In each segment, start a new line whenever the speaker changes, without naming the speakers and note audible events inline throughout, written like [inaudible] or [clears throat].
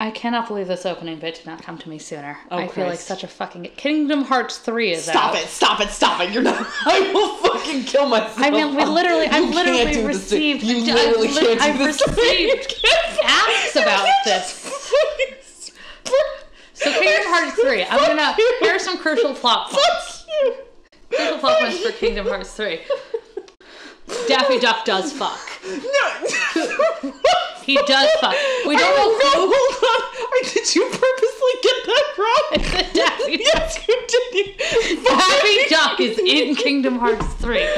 I cannot believe this opening bit did not come to me sooner.
Oh,
I feel like
Christ.
such a fucking Kingdom Hearts three is
Stop
out.
it! Stop it! Stop it! You're not. [laughs] I will fucking kill myself.
I mean, we literally-
You
I've
can't
literally
do this to-
received-
You
I've
literally
lit-
can't do
I've
this to me. You [laughs]
received
can't-
asks
you
about
can't
this.
just-
So Kingdom Hearts three. I'm gonna. Here are some
[laughs]
crucial plot points. [laughs]
Fuck you.
Crucial plot points for Kingdom Hearts three. Daffy Duck does fuck.
No. [laughs]
He does fuck. We don't know
oh, know. Hold on. Or did you purposely get that wrong?
It's a [laughs] Daffy Duck.
[laughs] yes, you did. You
Daffy Duck is in
[laughs]
Kingdom Hearts three. and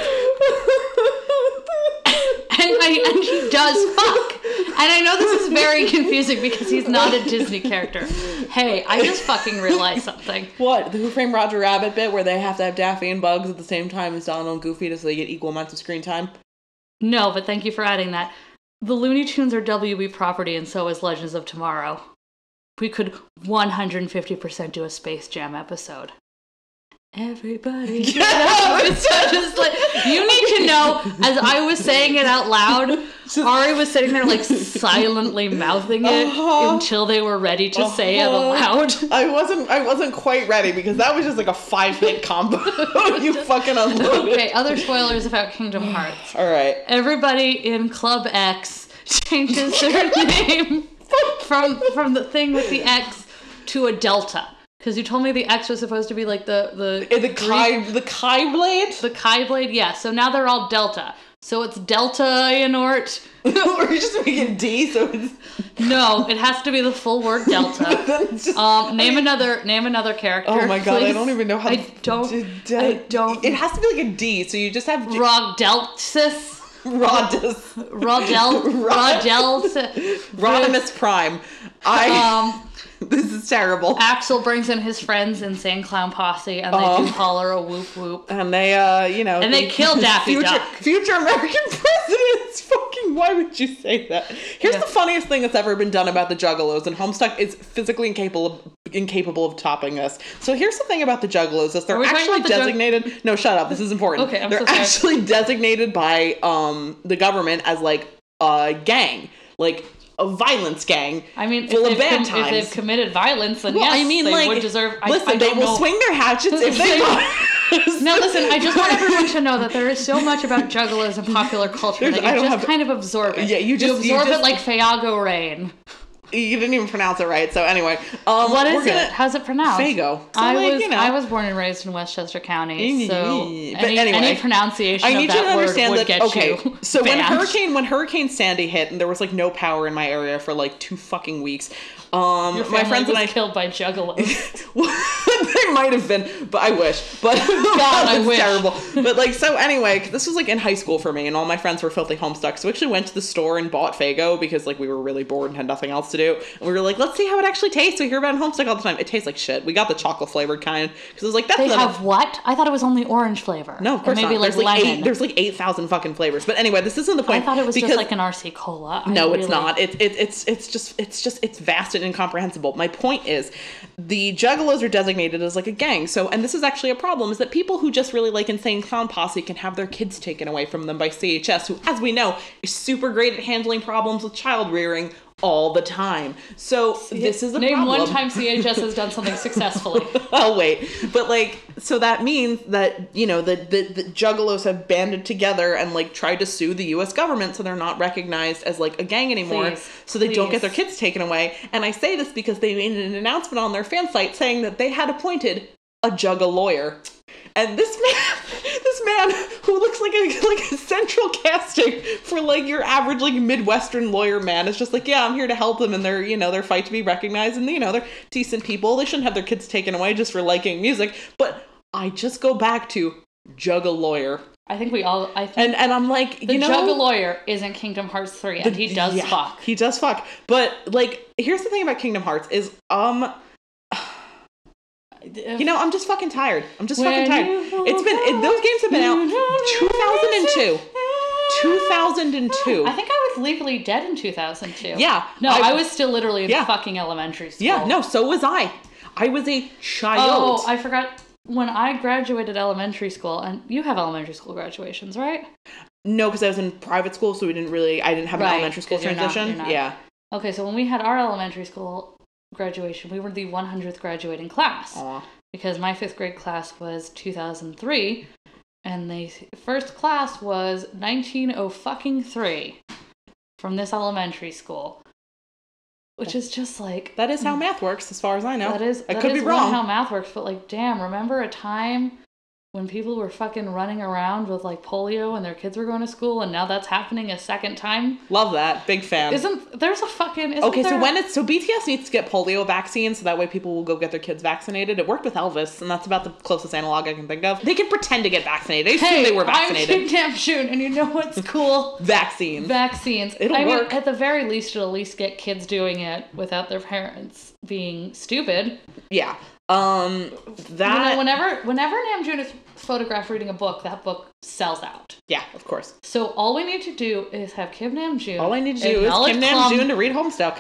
I, and he does fuck. And I know this is very confusing because he's not a Disney character. Hey, I just fucking realized something.
What? The Who Framed Roger Rabbit bit where they have to have Daffy and Bugs at the same time as Donald and Goofy so they get equal amounts of screen time?
No, but thank you for adding that. The Looney Tunes are WB property, and so is Legends of Tomorrow. We could 150% do a Space Jam episode.
[laughs]
Everybody, get up. It's just like you need to know. As I was saying it out loud, Ari was sitting there like silently mouthing it
Uh-huh.
until they were ready to say it
Uh-huh.
aloud. [laughs]
I wasn't I wasn't quite ready because that was just like a five hit combo. [laughs] you fucking unloaded.
Okay, other spoilers about Kingdom
[sighs]
Hearts.
Alright.
Everybody in Club X changes
[laughs]
their name from from the thing with the X to a delta. Because you told me the X was supposed to be like the the
Eh, The Kai the Kai blade? [laughs]
the Kai blade. Yeah, so now they're all delta. So it's delta Ianort.
or you just make it D so it's
No, it has to be the full word delta.
[laughs] then it's just
Um, name another name another character.
Oh my god, I
please.
don't even know how
I
to-
don't.
d- d-
I don't.
It has to be like a D, so you just have J-
Rogdelsis.
Rodus.
Rodel.
[laughs] Rod-
Rodel.
Rodimus Prime. I
Um.
[laughs] this is terrible.
Axel brings in his friends Insane Clown Posse, and they
Um.
do holler a whoop whoop.
And they, uh, you know,
And they
the- [laughs]
kill Daffy
future,
Duck.
Future American [laughs] presidents. Fucking, why would you say that? Here's
Yeah.
the funniest thing that's ever been done about the Juggalos, and Homestuck is physically incapable of, incapable of topping this. So here's the thing about the Juggalos: is
Are
they're
we talking
actually
about the Jug-
designated. no, shut up. This is important.
Okay, I'm
they're
so sorry.
actually [laughs] designated by um the government as like a gang, like a violence gang.
I mean,
full
if,
of
they've
bad
com- if
times.
they've committed violence, then
Well,
yes,
I mean,
they
like,
would deserve. I,
listen,
I
they
don't
will
know.
swing their
[laughs]
hatchets if they want.
No, listen. I
[laughs]
just want everyone to know that there is so much about juggalos in popular culture
There's-
that
I
you
don't
just
have-
kind of absorb it.
Yeah, you just- you
absorb
just-
it like Fago rain.
you didn't even pronounce it right. So anyway, um,
What
we're
is
gonna-
it? How's it pronounced?
Fago. So,
I
like,
was
you know.
I was born and raised in Westchester County, so
But
any,
anyway,
any pronunciation
I need
of
you
that
to
word
understand
would
that.
get
Okay,
you.
so when
banned.
hurricane when Hurricane Sandy hit and there was like no power in my area for like two fucking weeks, um,
Your
my
family
friends
was
and I.
killed by juggalos.
[laughs] they might have been, but I wish. But [laughs] God,
I wish.
terrible. But like, so anyway, 'cause this was like in high school for me, and all my friends were filthy homestuck. So we actually went to the store and bought Fago because like we were really bored and had nothing else to do. And we were like, let's see how it actually tastes. We hear about it in homestuck all the time. It tastes like shit. We got the chocolate flavored kind because it was like that's
They
not a-
have what? I thought it was only orange flavor.
No, of
Or
course
maybe
not.
like
there's like
lemon.
eight. There's like eight thousand fucking flavors. But anyway, this isn't the
I
point.
thought it was
because-
just like an RC cola. I
No, it's
really-
not. It, it, it's it's just it's just it's vast and incomprehensible. My point is, the Juggalos are designated as like a gang. So, and this is actually a problem: is that people who just really like Insane Clown Posse can have their kids taken away from them by CHS, who, as we know, is super great at handling problems with child rearing all the time. So this is a
Name
problem.
one time CHS has done
[laughs]
something successfully.
Oh wait, but like, so that means that you know the, the the juggalos have banded together and like tried to sue the U.S. government, so they're not recognized as like a gang anymore.
Please,
so they don't
please.
get their kids taken away. And I say this because they made an announcement on their fan site saying that they had appointed a jugga lawyer. And this man, [laughs] this man who looks like a [laughs] like a central casting for like your average like Midwestern lawyer man is just like, yeah, I'm here to help them in their you know their fight to be recognized, and you know they're decent people. They shouldn't have their kids taken away just for liking music. But I just go back to jugga lawyer,
I think we all. I think
and and I'm like,
the
you know,
Jugga lawyer is in Kingdom Hearts three, and he does
yeah,
fuck.
He does fuck. But like, here's the thing about Kingdom Hearts is, um, you know, I'm just fucking tired. I'm just fucking
When
tired.
you
It's been it, those games have been out 2002, 2002.
Oh, I think I was legally dead in 2002.
Yeah,
No,
I-
I, was still literally in
Yeah.
fucking elementary school.
yeah, no, so was I. I was a child.
Oh, I forgot. When I graduated elementary school, and you have elementary school graduations, right?
no, because I was in private school, so we didn't really. I didn't have an
Right,
elementary school
'cause you're not-
transition.
you're not.
Yeah,
Okay, so when we had our elementary school graduation, we were the 100th graduating class
Aw.
because my fifth grade class was 2003, and the first class was 1903 from this elementary school, which is just like
That is how math works, as far as I know.
Hmm. that is
I
that
could
is
be
one
wrong.
how math works, but like damn, remember a time when people were fucking running around with like polio and their kids were going to school, and now that's happening a second time.
Love that. Big fan.
Isn't there's a fucking isn't
okay, so
there-
when it's so BTS needs to get polio vaccine so that way people will go get their kids vaccinated. It worked with Elvis, and that's about the closest analog I can think of. They can pretend to get vaccinated. I assume
hey,
they were
I'm
vaccinated.
Kim Tam Shoon, and you know
[laughs]
what's cool?
Vaccines.
Vaccines.
It'll
I
work.
mean, at the very least, it'll at least get kids doing it without their parents being stupid.
yeah. Um.
You
That.
know, whenever whenever Namjoon is photographed reading a book, that book sells out.
yeah. Of course.
So all we need to do is have Kim Namjoon.
All I need to do is
acknowledge
Kim
Plum.
Namjoon to read Homestuck.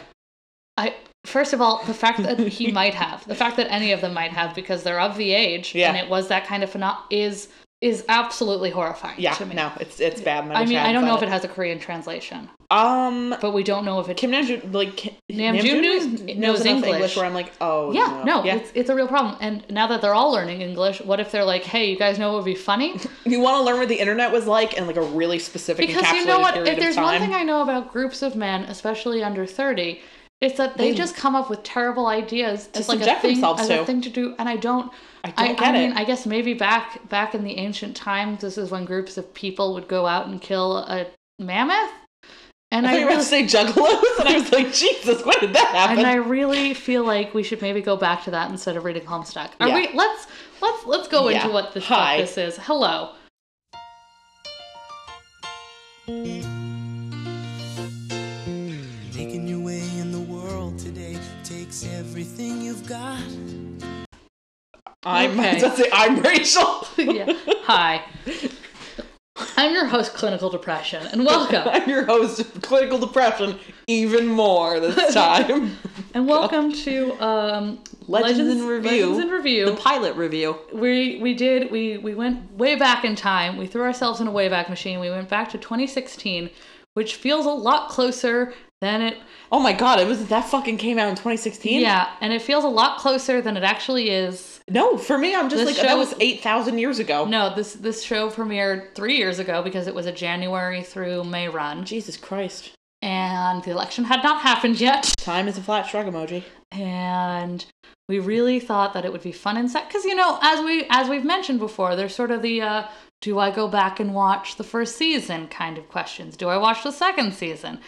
I first of all, the fact
[laughs]
that he might have, the fact that any of them might have, because they're of the age,
Yeah.
and it was that kind of phenom is is absolutely horrifying
Yeah.
to me.
No, it's it's bad.
I mean, I don't know if it has a Korean translation,
Um.
but we don't know if it.
Kim Namjoon like Kim,
Namjoon knows- knows
enough
English.
English where I'm like, oh
yeah, no,
yeah.
it's it's a real problem. And now that they're all learning English, what if they're like, "Hey, you guys know what would be
[laughs]
funny?"
You want to learn what the internet was like and like a really specific
Because
encapsulated
you know what,
period
if
of
there's one
time.
thing I know about groups of men, especially under thirty, it's that they,
They-
just come up with terrible ideas as like a
subject
thing,
themselves
as
to.
a thing to do, and I don't.
I don't
I,
get
I mean,
it.
I guess maybe back back in the ancient times, this is when groups of people would go out and kill a mammoth, and
I thought
I,
you were about to
really,
say juggalos, and I was like, Jesus, when did that happen?
and I really feel like we should maybe go back to that instead of reading Homestuck. Are
Yeah.
we? Let's let's let's go
Yeah.
into what this
Hi.
what this is. Hello.
Making your way in the world today takes everything you've got.
I'm I was
okay.
about to say I'm Rachel. [laughs]
yeah. Hi. I'm your host, Clinical Depression, and welcome
[laughs] I'm your host of clinical depression, even
[laughs]
more this time.
and welcome to um,
Legends in Review.
Legends in Review.
the pilot review.
we we did we we went way back in time we threw ourselves in a wayback machine we went back to 2016 which feels a lot closer than it
Oh my god, it was that fucking came out in 2016.
yeah and it feels a lot closer than it actually is
No, for me, I'm just
This
like that
show-
was eight thousand years ago.
no this this show premiered three years ago because it was a january through may run
Jesus Christ.
and the election had not [laughs] happened yet
Time is a flat shrug emoji.
and we really thought that it would be fun and set because you know as we as we've mentioned before there's sort of the uh, do i go back and watch the first season kind of questions do i watch the second season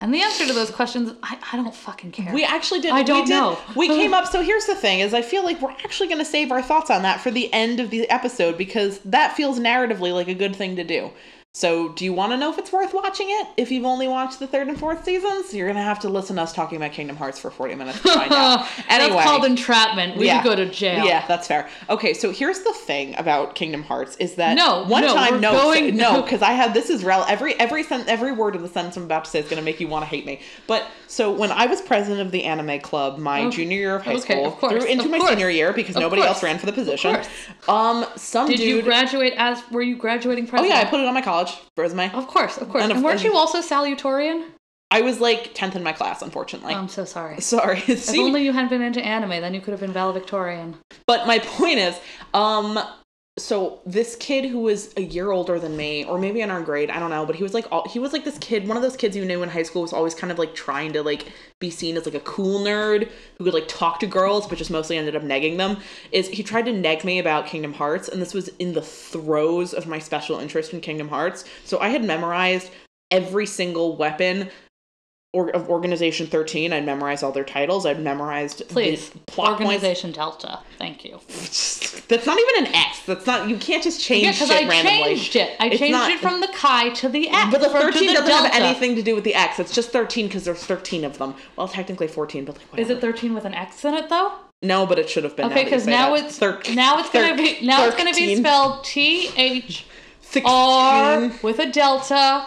and the answer to those questions i, I don't fucking care [laughs]
We actually did.
I don't
we did-
know.
[laughs] We came up. So here's the thing: is I feel like we're actually going to save our thoughts on that for the end of the episode because that feels narratively like a good thing to do. So, do you want to know if it's worth watching it? If you've only watched the third and fourth seasons, you're going to have to listen to us talking about Kingdom Hearts for 40 minutes to find [laughs] out. Anyway,
that's called entrapment we
Yeah.
could go to jail
Yeah, that's fair. Okay, so here's the thing about Kingdom Hearts is that
No,
one
no,
time
we're
no
going-
so- no because I have this is rel every every sen- every word of the sentence I'm about to say is going to make you want to hate me. But so when I was president of the anime club my junior year of high
Oh, okay,
school
of course,
through into
of
my
course,
senior year because
of
nobody else
course,
ran for the position.
course.
Um, some
did
dude.
you graduate as were you graduating
oh
president
yeah, I put it on my college resume.
of course of course
And
and,
of-
weren't
and-
you also salutatorian
I was like tenth in my class, unfortunately.
i'm so sorry
Sorry, [laughs]
if only you had been into anime then you could have been valedictorian
But my [laughs] point is, um, so this kid who was a year older than me, or maybe in our grade, I don't know, but he was like all, he was like this kid, one of those kids you knew in high school was always kind of like trying to like be seen as like a cool nerd who could like talk to girls, but just mostly ended up negging them. Is he tried to neg me about Kingdom Hearts, and this was in the throes of my special interest in Kingdom Hearts. So I had memorized every single weapon. Or, of Organization 13, I'd memorized all their titles. I'd memorized the
please
plot points
organization delta thank you
that's not even an X. That's not. You can't just change
Yeah,
shit
because I
randomly.
changed it. I
It's
changed
not-
it from the chi to the x.
But the
or to
thirteen doesn't have
delta.
anything to do with the X. It's just thirteen because there's thirteen of them. Well, technically fourteen, but like
Is
whatever.
it thirteen with an x in it though?
no, but it should have been.
Okay,
because
because now, it's now it's gonna be now it's gonna be spelled T H R with a delta.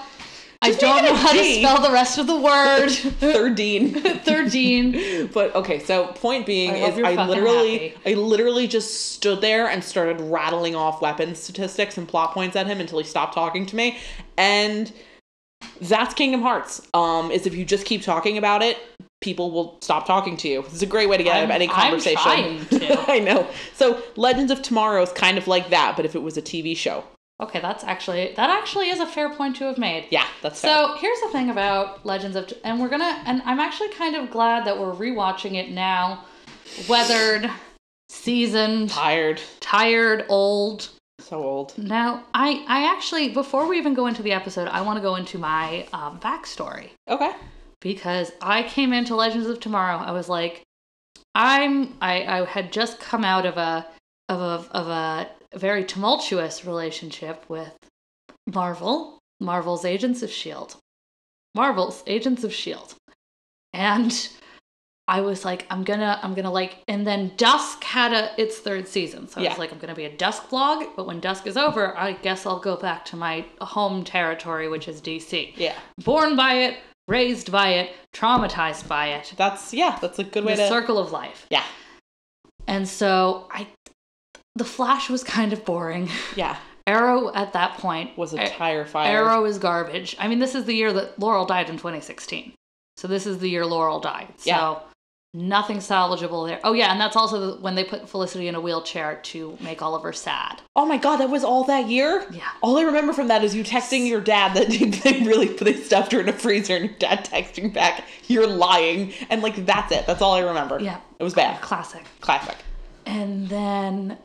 I
Just
don't
make it
know
a
how to
G.
spell the rest of the
[laughs]
word. [laughs]
Thirteen.
Thirteen.
But okay, so point being
I hope
is
you're
I
fucking
literally
happy.
I literally just stood there and started rattling off weapon statistics and plot points at him until he stopped talking to me. And That's Kingdom Hearts. Um, is if you just keep talking about it, people will stop talking to you. It's a great way to get out of
I'm-
any
I'm
conversation.
trying to.
[laughs] I know. So Legends of Tomorrow is kind of like that, but if it was a TV show,
Okay, that's actually that actually is a fair point to have made.
yeah, that's fair.
So here's the thing about Legends of, and we're gonna, and I'm actually kind of glad that we're rewatching it now, weathered, seasoned,
tired,
tired, old.
so old.
Now, I, I actually, before we even go into the episode, I want to go into my um, backstory
Okay.
because I came into Legends of Tomorrow. I was like, I'm, I, I had just come out of a, of a, of a very tumultuous relationship with Marvel, Marvel's Agents of Shield, E Marvel's Agents of Shield, E and I was like, I'm gonna, I'm gonna like, and then Dusk had a its third season, so I
Yeah.
was like, I'm gonna be a Dusk vlog, but when Dusk is over, I guess I'll go back to my home territory, which is DC
Yeah.
born by it, raised by it, traumatized by it.
That's yeah. That's a good way
The
to.
circle of life.
yeah.
And so I the Flash was kind of boring. [laughs]
Yeah.
Arrow at that point
Was a
A-
tire fire.
Arrow is garbage. I mean, this is the year that Laurel died in 2016. So this is the year Laurel died. So
Yeah.
nothing salvageable there. Oh yeah, and that's also the, when they put Felicity in a wheelchair to make Oliver sad.
Oh my god, that was all that year.
Yeah.
All I remember from that is you texting your dad that [laughs] they really they stuffed her in a freezer, and your dad texting back, "You're lying," and like that's it. That's all I remember.
Yeah.
It was bad.
Classic.
Classic.
And then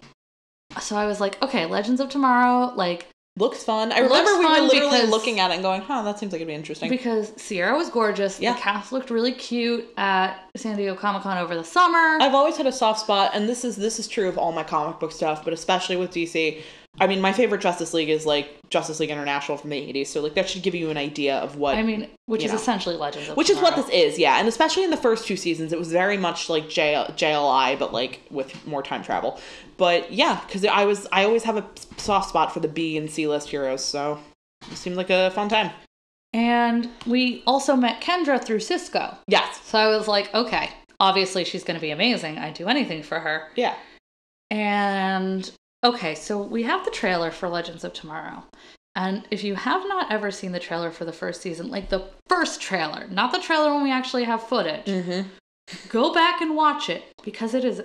so I was like, okay, Legends of Tomorrow, like
Looks fun. I
Looks
remember we were
fun
literally
because-
looking at it and going, "Huh, that seems like it'd be interesting."
Because Sierra was gorgeous.
Yeah.
The cast looked really cute at San Diego Comic Con over the summer.
I've always had a soft spot, and this is this is true of all my comic book stuff, but especially with DC. I mean, my favorite Justice League is like Justice League International from the '80s, so like that should give you an idea of what.
I mean, which
you
is
know.
essentially Legends of
which is what
Tomorrow.
this is, yeah, and especially in the first two seasons, it was very much like JL, JLI, but like with more time travel. But yeah, because I was I always have a soft spot for the B and C list heroes, so it seemed like a fun time.
And we also met Kendra through Cisco.
Yes,
So I was like, okay, obviously she's going to be amazing. I'd do anything for her.
yeah,
And okay, so we have the trailer for Legends of Tomorrow. And if you have not ever seen the trailer for the first season, like the first trailer, not the trailer when we actually have footage,
mm-hmm.
go back and watch it because it is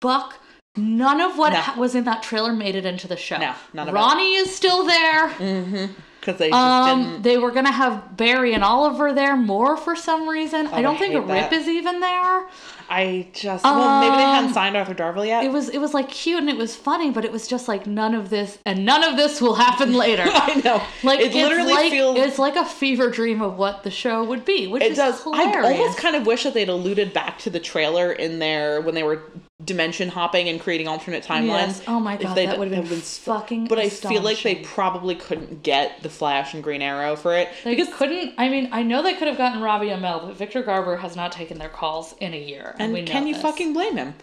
buck none of what
No.
ha- was in that trailer made it into the show
No, none of it.
ronnie is still there
mm-hmm. Because they just
um
didn't.
they were gonna have barry and oliver there more for some reason
Oh, I
i don't think
hate
rip
that.
is even there
I just well, maybe they hadn't
Um,
signed Arthur Darvill yet.
it was it was like cute and it was funny but it was just like none of this and none of this will happen
[laughs]
later
[laughs] I know.
like
it literally
like,
feels.
it's like a fever dream of what the show would be which
it
is
does.
hilarious
I almost kind of wish that they'd alluded back to the trailer in there when they were dimension hopping and creating alternate timelines.
Yes. Oh my
If
god,
they'd-
that would have been
so-
fucking.
But I feel like they
astonishing.
probably couldn't get the Flash and Green Arrow for it.
They couldn't. I mean, I know they could have gotten Robbie Amell, but Victor Garber has not taken their calls in a year. And,
and
we know
can you
this.
fucking blame him?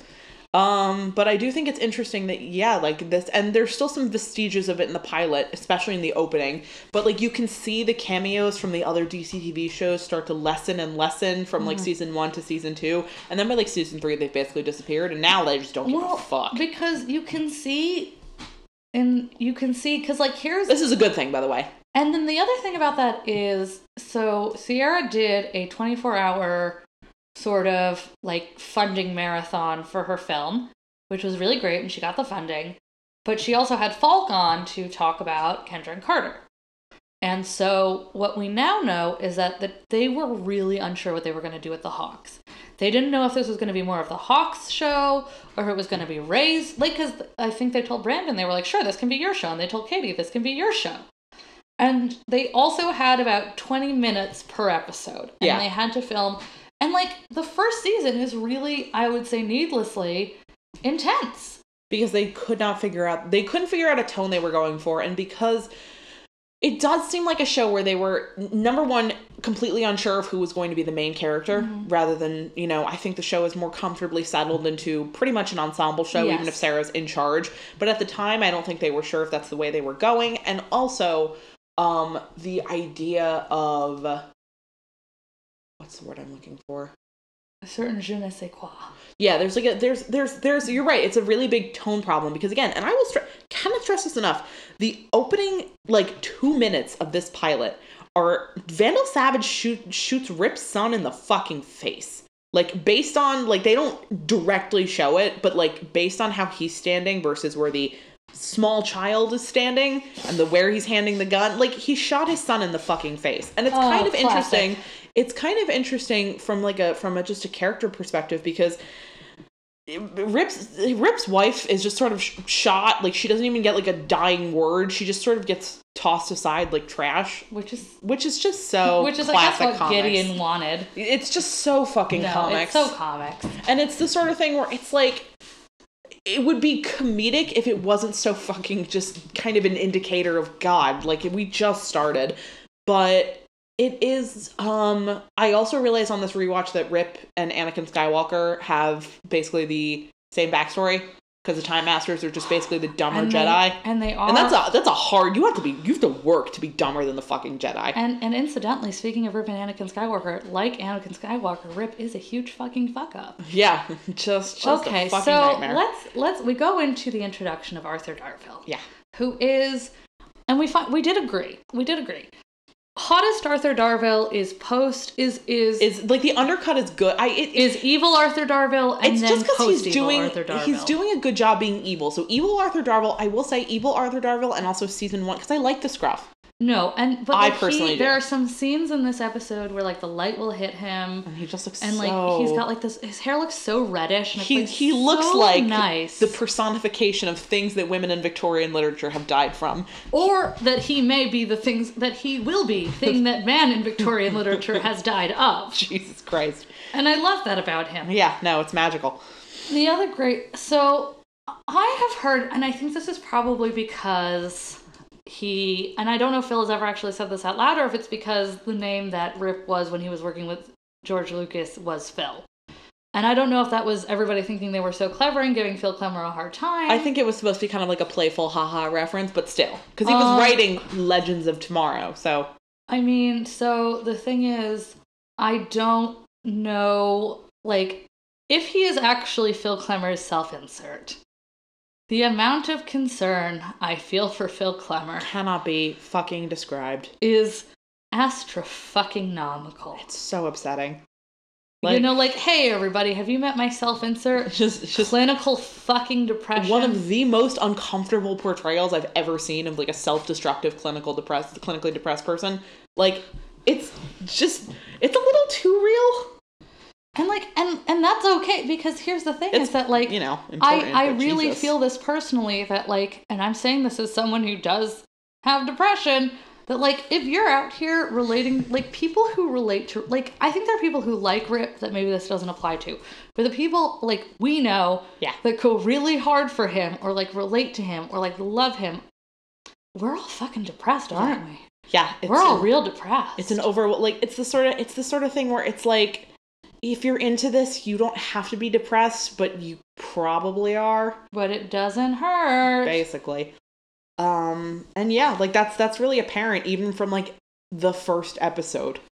Um, but I do think it's interesting that yeah, like this, and there's still some vestiges of it in the pilot, especially in the opening. But like you can see the cameos from the other DC TV shows start to lessen and lessen from
Mm-hmm.
like season one to season two, and then by like season three they've basically disappeared, and now they just don't give
Well,
a fuck.
because you can see, and you can see because like here's
This is a good thing, by the way.
and then the other thing about that is so Sierra did a 24 hour sort of like funding marathon for her film, which was really great, and she got the funding. But she also had Falk on to talk about Kendra and Carter. And so what we now know is that the, they were really unsure what they were going to do with the Hawks. They didn't know if this was going to be more of the Hawks show or if it was going to be Ray's. Like, because I think they told Brandon, they were like, sure, this can be your show. And they told Katie, this can be your show. And they also had about 20 minutes per episode. And
Yeah.
they had to film. And like, the first season is really, I would say, needlessly intense.
because they could not figure out they couldn't figure out a tone they were going for and because it does seem like a show where they were n- number one completely unsure of who was going to be the main character rather than you know i think the show is more comfortably settled into pretty much an ensemble show even
Yes.
if sarah's in charge but at the time i don't think they were sure if that's the way they were going and also um the idea of what's the word i'm looking for
a certain je ne sais quoi.
Yeah, there's like a there's there's there's you're right. It's a really big tone problem because again, and I will stre- cannot stress this enough. The opening like two minutes of this pilot are Vandal Savage shoot, shoots Rip's son in the fucking face. Like based on like they don't directly show it, but like based on how he's standing versus where the small child is standing and the where he's handing the gun, like he shot his son in the fucking face. And it's
Oh,
kind of
classic.
interesting. It's kind of interesting from like a from a just a character perspective because Rip's Rip's wife is just sort of sh- shot. Like she doesn't even get like a dying word. She just sort of gets tossed aside like trash,
Which is
which is just so
which is like that's
classic
what
comics.
Gideon wanted.
It's just so fucking
No,
comics,
it's so comics.
and it's the sort of thing where it's like it would be comedic if it wasn't so fucking just kind of an indicator of God. Like we just started, but. It is. Um, I also realized on this rewatch that Rip and Anakin Skywalker have basically the same backstory because the Time Masters are just basically the dumber
And they-
Jedi.
and they are
And that's a that's a hard. You have to be you have to work to be dumber than the fucking Jedi.
And and incidentally, speaking of Rip and Anakin Skywalker, like Anakin Skywalker, Rip is a huge fucking fuck up.
Yeah, [laughs] just, just
okay,
okay. A fucking
so
nightmare.
let's let's we go into the introduction of Arthur Darville,
yeah,
who is, and we find we did agree, we did agree. Hottest Arthur Darville is post is is is,
is like the undercut is good. I it,
evil Arthur Darville, and
it's
then
just because
post
he's
evil
doing
Arthur Darville.
he's doing a good job being evil. So evil Arthur Darvill, I will say evil Arthur Darvill, and also season one because I like the scruff.
no, and but
I
like, he-
personally do.
there are some scenes in this episode where like the light will hit him.
And he just looks
and like
so-
he's got like this his hair looks so reddish and it's,
he
like,
he looks
so
like
nice
the personification of things that women in Victorian literature have died from. [laughs]
or that he may be the things that he will be
[laughs]
thing that man in victorian literature has died of
Jesus Christ.
and i love that about him
Yeah, no, it's magical.
the other great so i have heard and i think this is probably because he and i don't know if phil has ever actually said this out loud or if it's because the name that rip was when he was working with george lucas was phil and i don't know if that was everybody thinking they were so clever and giving phil Klemmer a hard time
I think it was supposed to be kind of like a playful haha reference, but still. Because he was
Um,
writing Legends of Tomorrow, so
I mean, so the thing is, I don't know, like, if he is actually Phil Klemmer's self insert. The amount of concern I feel for Phil Klemmer
cannot be fucking described.
is astra fucking nomical.
It's so upsetting.
you know, like, hey, everybody, have you met my self insert?
[laughs] just, just
Clinical fucking depression.
one of the most uncomfortable portrayals I've ever seen of like a self-destructive clinical depressed clinically depressed person. Like it's just it's a little too real.
and like, and and that's okay because here's the thing:
It's,
is that like,
you know,
I,
important,
I
but
really
Jesus.
feel this personally that like and I'm saying this as someone who does have depression that like if you're out here relating like people who relate to like I think there are people who like Rip that maybe this doesn't apply to but the people like we know
Yeah.
that go really hard for him or like relate to him or like love him we're all fucking depressed aren't we
Yeah, it's
we're all real depressed
it's an over like it's the sort of it's the sort of thing where it's like if you're into this, you don't have to be depressed, but you probably are.
but it doesn't hurt
basically. Um, and yeah, like that's that's really apparent even from like the first episode. [laughs]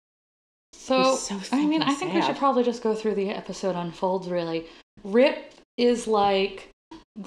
So,
He's so
I mean,
fucking
I think we should
sad.
probably just go through the episode unfolds. Really, Rip is like,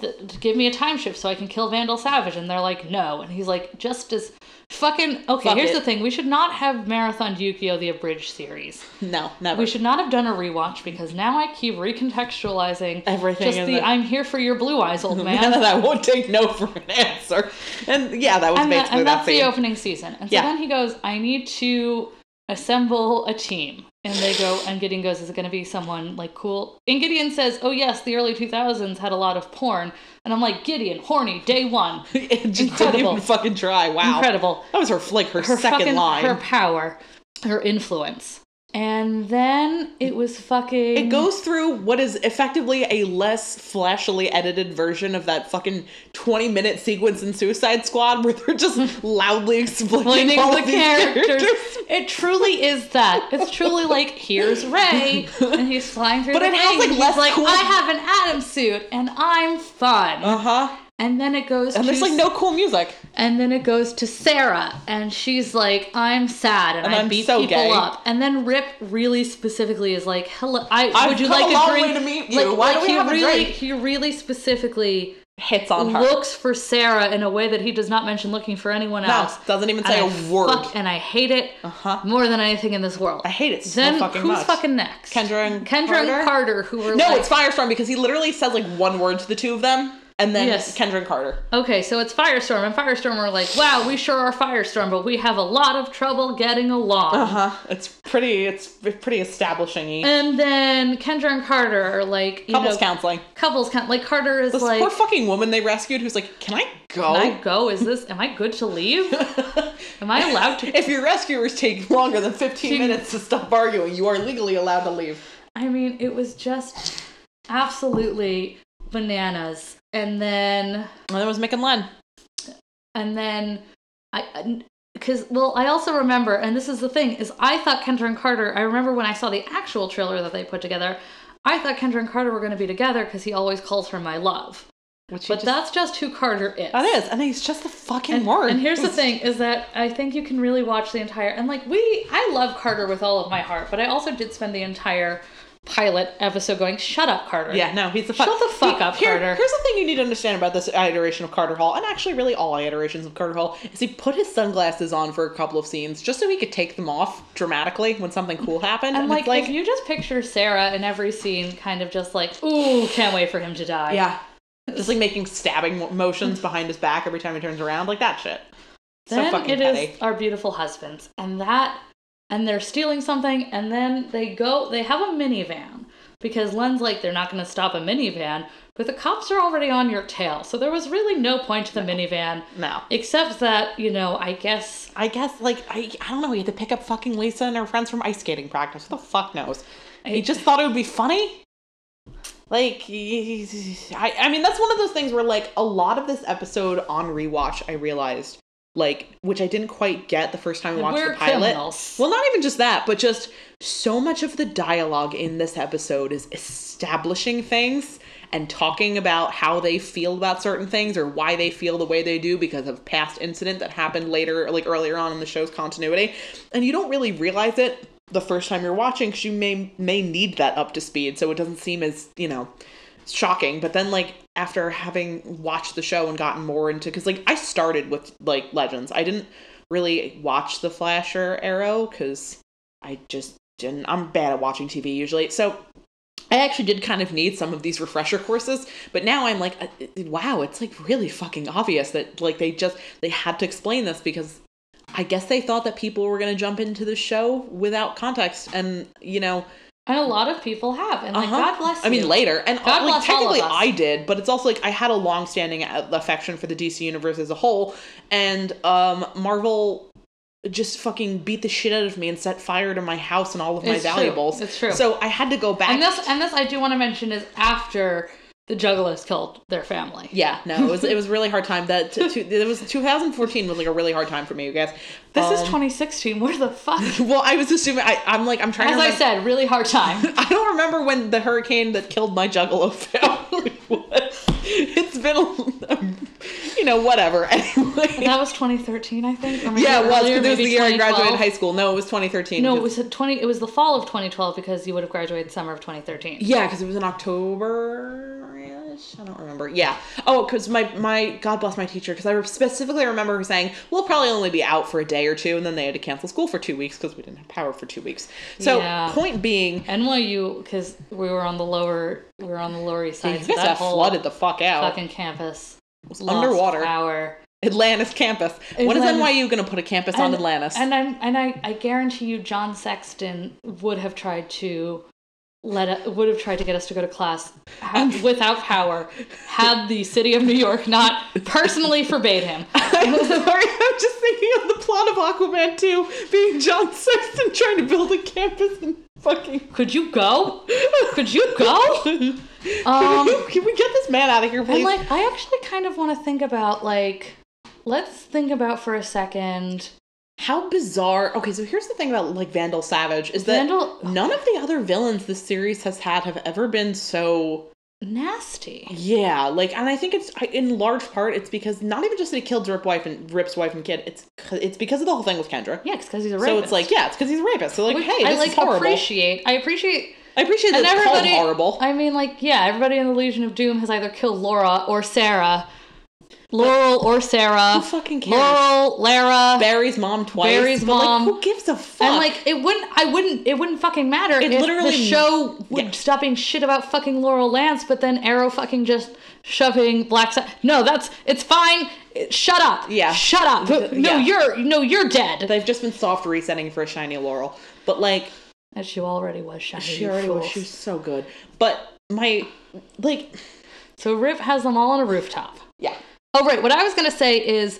th- "Give me a time shift so I can kill Vandal Savage," and they're like, "No," and he's like, "Just as fucking okay."
Fuck
here's
it.
the thing: we should not have marathoned Yukio the abridged series.
No, never.
We should not have done a rewatch because now I keep recontextualizing
Everything
Just
in
the
the-
"I'm here for your blue eyes,
[laughs]
old man."
None of that won't take no for an answer. And yeah, that was
and, that,
basically
and
that
that's
scene.
the opening season. And so
Yeah.
then he goes, I need to assemble a team. And they go, and Gideon goes, Is it going to be someone like cool? And Gideon says, Oh, yes, the early 2000s had a lot of porn. And I'm like, Gideon, horny, day
[laughs]
one.
[laughs] it just didn't
Incredible.
even fucking try. Wow.
Incredible.
That was her like her,
Her
second
fucking,
line.
her power, her influence. And then it was fucking.
It goes through what is effectively a less flashily edited version of that fucking 20 minute sequence in Suicide Squad where they're just
[laughs]
loudly explaining
explaining
all
the
of these
characters.
characters.
It truly is that. It's truly like here's Ray, and he's flying through
But
the
it has,
ring,
like,
and
less
he's like
cool-
I have an Adam suit and I'm fun.
Uh huh.
and then it goes
And
to
there's like no cool music.
and then it goes to Sarah, and she's like, "I'm sad, and,
And
I
I'm
beat
so
people
gay.
up." And then Rip really specifically is like, "Hello, I
I've
would you
come
like
a long
drink?"
way to meet you. Why don't we
he
have a
really,
drink?
He really specifically
hits on her.
looks for Sarah in a way that he does not mention looking for anyone
no,
else.
doesn't even say
and
a
I
word.
Fuck, and I hate it
Uh huh.
more than anything in this world.
I hate it so
then
fucking
who's
much.
fucking next?
Kendra and
Kendra
Carter?
and Carter, who were
No,
like,
it's Firestorm because he literally says like one word to the two of them, and then
Yes.
Kendra and Carter.
okay, so it's Firestorm, and Firestorm are like, wow, we sure are Firestorm, but we have a lot of trouble getting along.
Uh huh. It's pretty. It's pretty establishing. y
And then Kendra and Carter are like, you
Couples
know,
counseling.
couples count. Like Carter is
This
like,
poor fucking woman they rescued who's like, "Can I go?"
Can I go? Is this? Am I good to
[laughs]
leave? am I allowed to?
if your rescuers take longer than 15
She-
minutes to stop arguing, you are legally allowed to leave.
I mean, it was just absolutely bananas. And then,
And then was Mick and Len.
and then, I. Because well, I also remember, and this is the thing, is I thought Kendra and Carter. I remember when I saw the actual trailer that they put together, I thought Kendra and Carter were going to be together because he always calls her my love.
Which
But that's just who Carter is.
that is, and it's just the fucking
And,
word.
and here's
[laughs]
the thing is that I think you can really watch the entire and like we I love Carter with all of my heart, but I also did spend the entire pilot episode going, Shut up, Carter.
Yeah, no, he's the fuck.
Shut the fuck up,
Here-
Carter.
Here's the thing you need to understand about this iteration of Carter Hall, and actually, really all iterations of Carter Hall, is he put his sunglasses on for a couple of scenes just so he could take them off dramatically when something cool happened.
And
it's
like, if you just picture Sarah in every scene kind of just like, ooh, can't wait for him to die.
yeah, [laughs] just like making stabbing mo- motions behind his back every time he turns around, like that shit. So
Then
fucking
it is
petty.
our beautiful husbands. And that and they're stealing something and then they go they have a minivan because Len's like they're not gonna stop a minivan, but the cops are already on your tail. So there was really no point to the minivan.
No.
Except that, you know, I guess
I guess like I I don't know. He had to pick up fucking Lisa and her friends from ice skating practice. Who the fuck knows? He
I-
just thought it would be funny. Like he- he- I I mean that's one of those things where like a lot of this episode on rewatch I realized like which I didn't quite get the first time I watched
we're
the pilot.
criminals.
Well, not even just that, but just so much of the dialogue in this episode is establishing things and talking about how they feel about certain things or why they feel the way they do because of past incident that happened later, like earlier on in the show's continuity. And you don't really realize it the first time you're watching because you may may need that up to speed, so it doesn't seem as you know shocking. But then like after having watched the show and gotten more into because like I started with like Legends, I didn't really watch the Flash or Arrow because I just didn't. I'm bad at watching TV usually, so I actually did kind of need some of these refresher courses. But now I'm like, uh, uh, wow, it's like really fucking obvious that like they just they had to explain this because I guess they thought that people were gonna jump into the show without context, and you know,
And a lot of people have. And like,
uh-huh.
God bless
I mean,
you.
later, and
God
uh, like,
bless all of
technically
us.
I did, but it's also like I had a long-standing uh, affection for the DC universe as a whole, and um, Marvel just fucking beat the shit out of me and set fire to my house and all of my
It's true.
valuables.
It's true.
So I had to go back.
And this and this I do want to mention is after the juggalos killed their family.
Yeah, no, it was it was a really hard time. That t- t- it was 2014 was like a really hard time for me, you guys.
This is
Um,
2016. Where the
[laughs]
fuck?
Well, I was assuming I, I'm like I'm trying.
As
to
I
remember-
said, really hard time.
[laughs] I don't remember when the hurricane that killed my juggalo [laughs] family was. It's been, a- you know, whatever. [laughs] Anyway,
that was 2013, I think. Or maybe
yeah, it was
earlier,
because it was
maybe
the year I
2012.
graduated high school. No, it was 2013.
No, it
'cause-
was at 20. It was the fall of 2012 because you would have graduated summer of 2013.
Yeah, because it was in October. I don't remember. Yeah. Oh, because my my God bless my teacher because I specifically remember her saying we'll probably only be out for a day or two, and then they had to cancel school for two weeks because we didn't have power for two weeks. So
Yeah.
point being,
NYU because we were on the lower we were on the lower east side.
you
so
guys
that
got
whole
flooded the fuck out.
fucking campus.
It was
lost
underwater.
Power.
Atlantis campus. When is
Atlantis-
NYU going to put a campus on Atlantis? [laughs]
And I'm and I, I guarantee you John Sexton would have tried to let u- would have tried to get us to go to class ha- without power had the city of New York not personally forbade him.
I'm sorry, I'm just thinking of the plot of Aquaman 2 being John Sexton trying to build a campus in [laughs] fucking.
Could you go? Could you
[laughs]
go? Um
Can we get this man out of here,
and
please?
like I actually kind of want to think about like let's think about for a second
How bizarre. Okay, so here's the thing about like Vandal Savage is that
Vandal-
none of the other villains this series has had have ever been so
nasty.
yeah, like and I think it's I- in large part it's because not even just that he killed Rip wife and Rip's wife and kid, it's it's because of the whole thing with Kendra.
Yeah, because he's a rapist.
so it's like yeah, it's cuz he's a rapist. So like
Which
hey, this
I like
is horrible.
appreciate. I appreciate
I appreciate that
And
it's called
everybody,
horrible.
I mean, like, yeah, everybody in the Legion of Doom has either killed Laura or Sarah, Laurel or Sarah,
Who fucking cares?
Laurel, Lara,
Barry's mom twice.
Barry's
but, like,
mom.
who gives a fuck?
and like, it wouldn't, I wouldn't, it wouldn't fucking matter
It
if
literally-
the show would
Yeah.
stop being shit about fucking Laurel Lance, but then Arrow fucking just shoving Black. Sa- no, that's it's fine. Shut up.
Yeah.
Shut up. No,
yeah.
you're no, you're dead.
they've just been soft resetting for a shiny Laurel, but like
As she already was shiny.
she
you
already was.
fools.
She's so good, but my like
So Rip has them all on a rooftop.
yeah.
Oh, right. What I was going to say is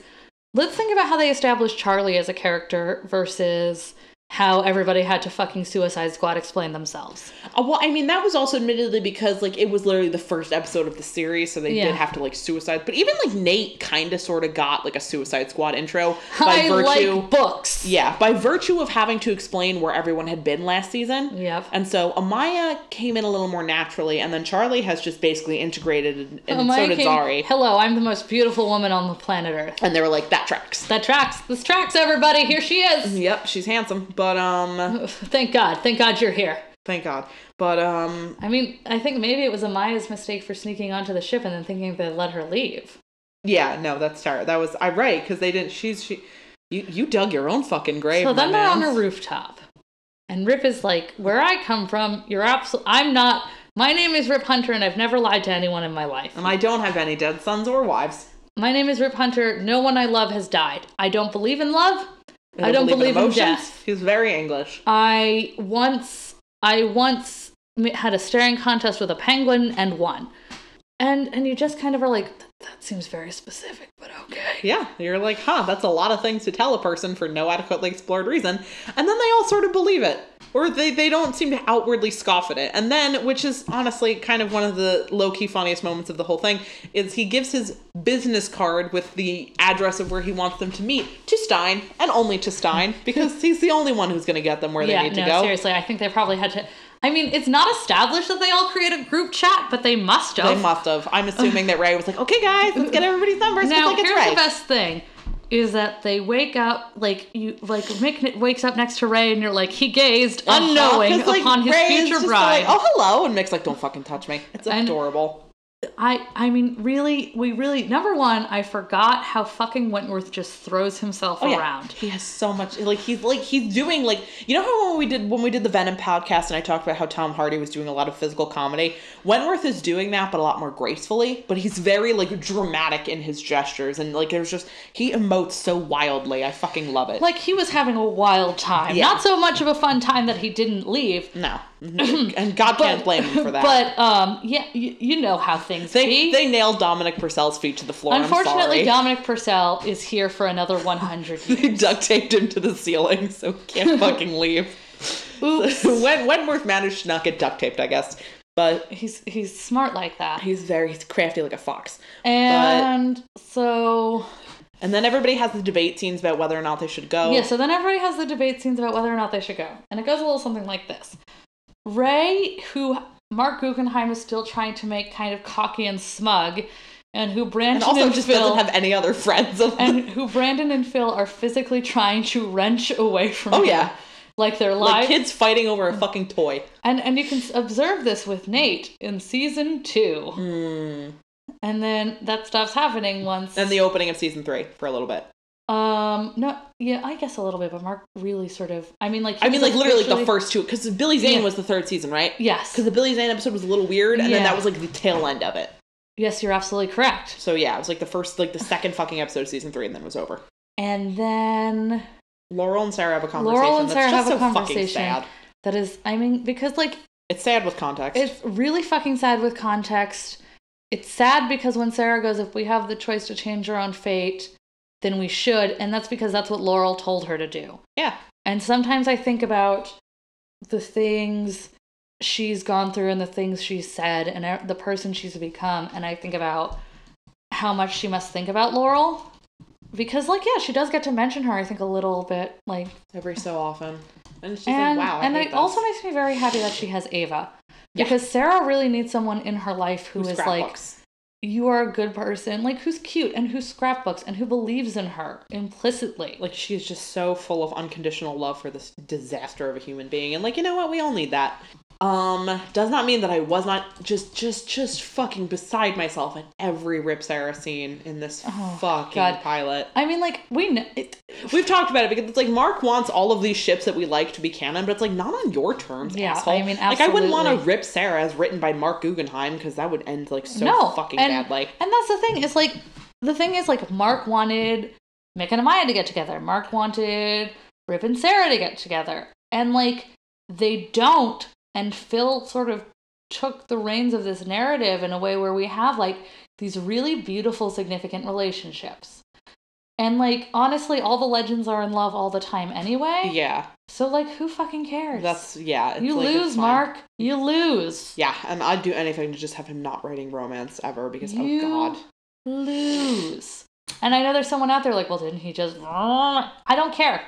let's think about how they established Charlie as a character versus how everybody had to fucking Suicide Squad explain themselves.
Uh, Well, I mean, that was also admittedly because like it was literally the first episode of the series, so they
Yeah.
did have to like suicide. But even like Nate kind of sort of got like a Suicide Squad intro
[laughs]
by
I
virtue.
like books.
yeah, by virtue of having to explain where everyone had been last season.
Yep.
And so Amaya came in a little more naturally, and then Charlie has just basically integrated, and, and
Amaya
so did
King-
Zari.
Hello, I'm the most beautiful woman on the planet Earth.
And they were like, that tracks.
That tracks. This tracks, everybody. Here she is.
Yep, she's handsome, but um,
[laughs] Thank God. Thank God you're here.
thank God. But um,
I mean, I think maybe it was Amaya's mistake for sneaking onto the ship and then thinking they let her leave.
yeah, no, that's terrible. That was I right because they didn't. She's she. You, you dug your own fucking grave.
So
my
then they're on
man.
a rooftop, and Rip is like, "Where I come from, you're absolutely. I'm not. My name is Rip Hunter, and I've never lied to anyone in my life.
And I don't have any dead sons or wives.
My name is Rip Hunter. No one I love has died. I don't believe in love. I don't believe in death.
He's very English.
I once, I once m- had a staring contest with a penguin and won. And and you just kind of are like, "That- that seems very specific, but okay.
Yeah, you're like, huh, that's a lot of things to tell a person for no adequately explored reason. And then they all sort of believe it. Or they, they don't seem to outwardly scoff at it. And then, which is honestly kind of one of the low key funniest moments of the whole thing, is he gives his business card with the address of where he wants them to meet to Stein and only to
[laughs]
Stein because he's the only one who's going to get them where they
yeah,
need to
no,
go.
seriously, I think they probably had to. I mean, it's not established that they all create a group chat, but they must have.
They must have. I'm assuming that Ray was like, okay, guys, let's
[laughs]
get everybody's numbers. 'cause,
Now
like, it's
here's
Ray.
the best thing is that they wake up like you like Mick n- wakes up next to Ray and you're like he gazed unknowing
Uh-huh, 'cause, like,
upon his
Ray is
future
just
bride.
Like, oh, hello, and Mick's like, don't fucking touch me. It's
And-
adorable.
I I mean really we really number one I forgot how fucking Wentworth just throws himself
Oh, yeah.
around.
He has so much. Like he's like he's doing like you know how when we did when we did the Venom podcast and I talked about how Tom Hardy was doing a lot of physical comedy. Wentworth is doing that, but a lot more gracefully. But he's very like dramatic in his gestures and like there's just he emotes so wildly. I fucking love it.
Like he was having a wild time.
Yeah.
Not so much of a fun time that he didn't leave. [clears throat]
no, and God can't blame
[laughs]
him for that.
But um yeah you, you know how things
they
be.
they nailed Dominic Purcell's feet to the floor.
Unfortunately,
I'm sorry.
Dominic Purcell is here for another 100 years.
They [laughs] duct taped him to the ceiling, so he
[laughs]
can't fucking leave.
Oops.
when Wentworth managed to not get duct taped, I guess. But
he's he's smart like that.
he's very he's crafty like a fox.
And so
And then everybody has the debate scenes about whether or not they should go.
yeah, so then everybody has the debate scenes about whether or not they should go, and it goes a little something like this: Ray, who Mark Guggenheim is still trying to make kind of cocky and smug, and who Brandon
and also
and
just
Phil
doesn't have any other friends.
[laughs]
[laughs]
and who Brandon and Phil are physically trying to wrench away from.
Oh,
him,
yeah.
like their lives.
like kids fighting over a fucking toy.
And and you can s- observe this with Nate in season two. And then that stuff's happening once.
And Hmm. the opening of season three for a little bit.
um no yeah I guess a little bit, but Mark really sort of I mean like he
I mean,
was
like literally like,
officially-
the first two, because Billy Zane
Yeah.
was the third season, right?
yes
Because the Billy Zane episode was a little weird, and then
Yeah.
that was like the tail end of it.
yes you're absolutely correct.
So yeah, it was like the first, like the second fucking episode of season three, and then it was over.
And then
Laurel and Sarah have a conversation.
Laurel and Sarah have
that's
a
just so fucking
conversation.
Sad.
that is I mean because like
It's sad with context.
it's really fucking sad with context. It's sad because when Sarah goes, if we have the choice to change our own fate, then we should, and that's because that's what Laurel told her to do.
yeah,
And sometimes I think about the things she's gone through and the things she's said and e- the person she's become. And I think about how much she must think about Laurel. Because, like, yeah, she does get to mention her, I think, a little bit. Like,
every so often. And it's just
and,
like, wow. I
and
hate
it also
this.
makes me very happy that she has Ava.
Yeah.
Because Sarah really needs someone in her life who
Who
is like,
scrapbooks.
you are a good person, like, who's cute and who scrapbooks and who believes in her implicitly.
like she's just so full of unconditional love for this disaster of a human being, and like you know what, we all need that. Um, does not mean that I was not just just just fucking beside myself in every Rip Sarah scene in this fucking
Oh, God.
pilot.
I mean, like we know. It,
We've talked about it because it's like Mark wants all of these ships that we like to be canon, but it's like not on your terms,
Yeah,
asshole.
I mean,
like I wouldn't want to
absolutely.
rip Sarah as written by Mark Guggenheim because that would end like so
no
fucking
and,
bad. Like
and that's the thing is like the thing is like mark wanted mick and amaya to get together mark wanted rip and sarah to get together and like they don't and phil sort of took the reins of this narrative in a way where we have like these really beautiful significant relationships and like honestly all the legends are in love all the time anyway
yeah,
so like who fucking cares
that's yeah. it's,
you
like, it's
lose
fine.
mark you lose
Yeah, and I'd do anything to just have him not writing romance ever because
You
oh god,
lose. And I know there's someone out there like, well, didn't he just? [laughs] I don't care.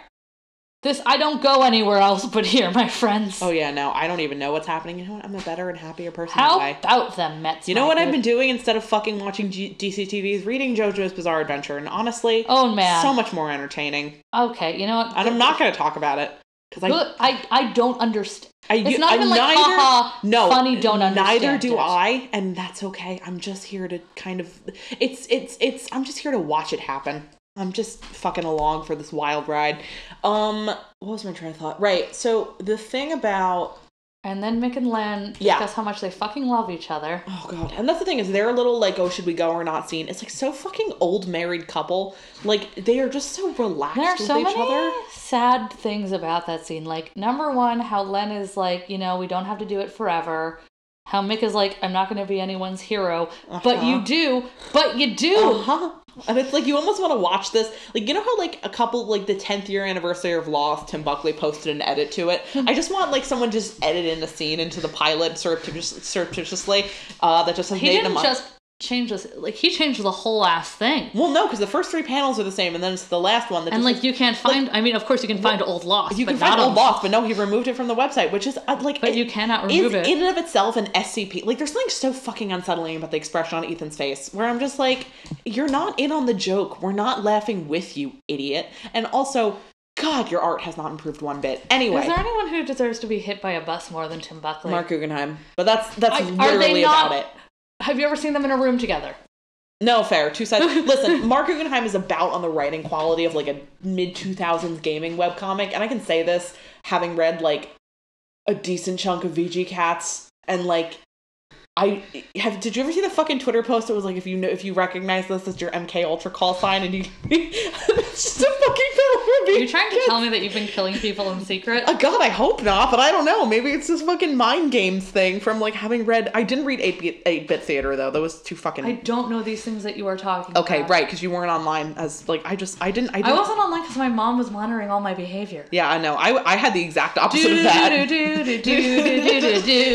This I don't go anywhere else but here, my friends.
oh yeah, no, I don't even know what's happening. You know what? I'm a better and happier person
How
that way.
about them Mets?
You know what I've been
Mike?
doing instead of fucking watching G- DC TVs, reading JoJo's Bizarre Adventure, and honestly,
Oh man.
so much more entertaining.
okay, you know what?
And I'm not going to talk about it because I,
Good. I I don't understand.
I,
It's not
I
even like, haha,
no,
funny, don't understand.
Neither do
it.
I, and that's okay. I'm just here to kind of, it's it's it's. I'm just here to watch it happen. I'm just fucking along for this wild ride. Um, what was my train of thought? Right. So the thing about
And then Mick and Len discuss
Yeah.
how much they fucking love each other.
Oh god. And that's the thing is their little like oh should we go or not scene. It's like so fucking old married couple. Like they are just so relaxed
There are
with
so
each
many
other.
sad things about that scene. Like number one, how Len is like, you know, we don't have to do it forever. How Mick is like, I'm not going to be anyone's hero, but
Uh-huh.
you do, but you do.
Uh-huh. And it's like you almost want to watch this. Like you know how like a couple like the 10th year anniversary of Lost Tim Buckley posted an edit to it.
Hmm.
I just want like someone just edit in a scene into the pilot surreptitious- surreptitiously uh that just says
He
Nate and
didn't
Amon-
just change this. Like he changed the whole ass thing.
Well no cuz the first 3 panels are the same and then it's the last one that
And
just
like you can't find. I mean, of course you can find old lost.
you
but
can find
not
old
on-
Lost, but no, he removed it from the website, which is uh, like
but
it-
you cannot
is
remove it.
in and of itself an SCP. Like, there's something so fucking unsettling about the expression on Ethan's face, where I'm just like, you're not in on the joke. We're not laughing with you, idiot. And also, God, your art has not improved one bit. Anyway,
Is there anyone who deserves to be hit by a bus more than Tim Buckley?
Mark Guggenheim. But that's
I-
that's
are they
literally
not-
about it.
Have you ever seen them in a room together?
No fair, two
[laughs]
sides. Listen, Mark Guggenheim is about on the writing quality of like a mid 2000s gaming webcomic, and I can say this having read like a decent chunk of VG Cats and like I have did you ever see the fucking Twitter post that was like if you know if you recognize this as your MK Ultra call sign and you [laughs] it's just a fucking film
Are you trying to tell me that you've been killing people in secret?
Oh God, I hope not, but I don't know. Maybe it's this fucking mind games thing from like having read. I didn't read 8 bit, 8 bit theater though. That was too fucking.
I don't know these things that you are talking about.
Okay, right, because you weren't online as like I just I didn't I
I
didn't.
wasn't online because my mom was monitoring all my behavior.
yeah, [laughs] I know. I I had the exact opposite of that.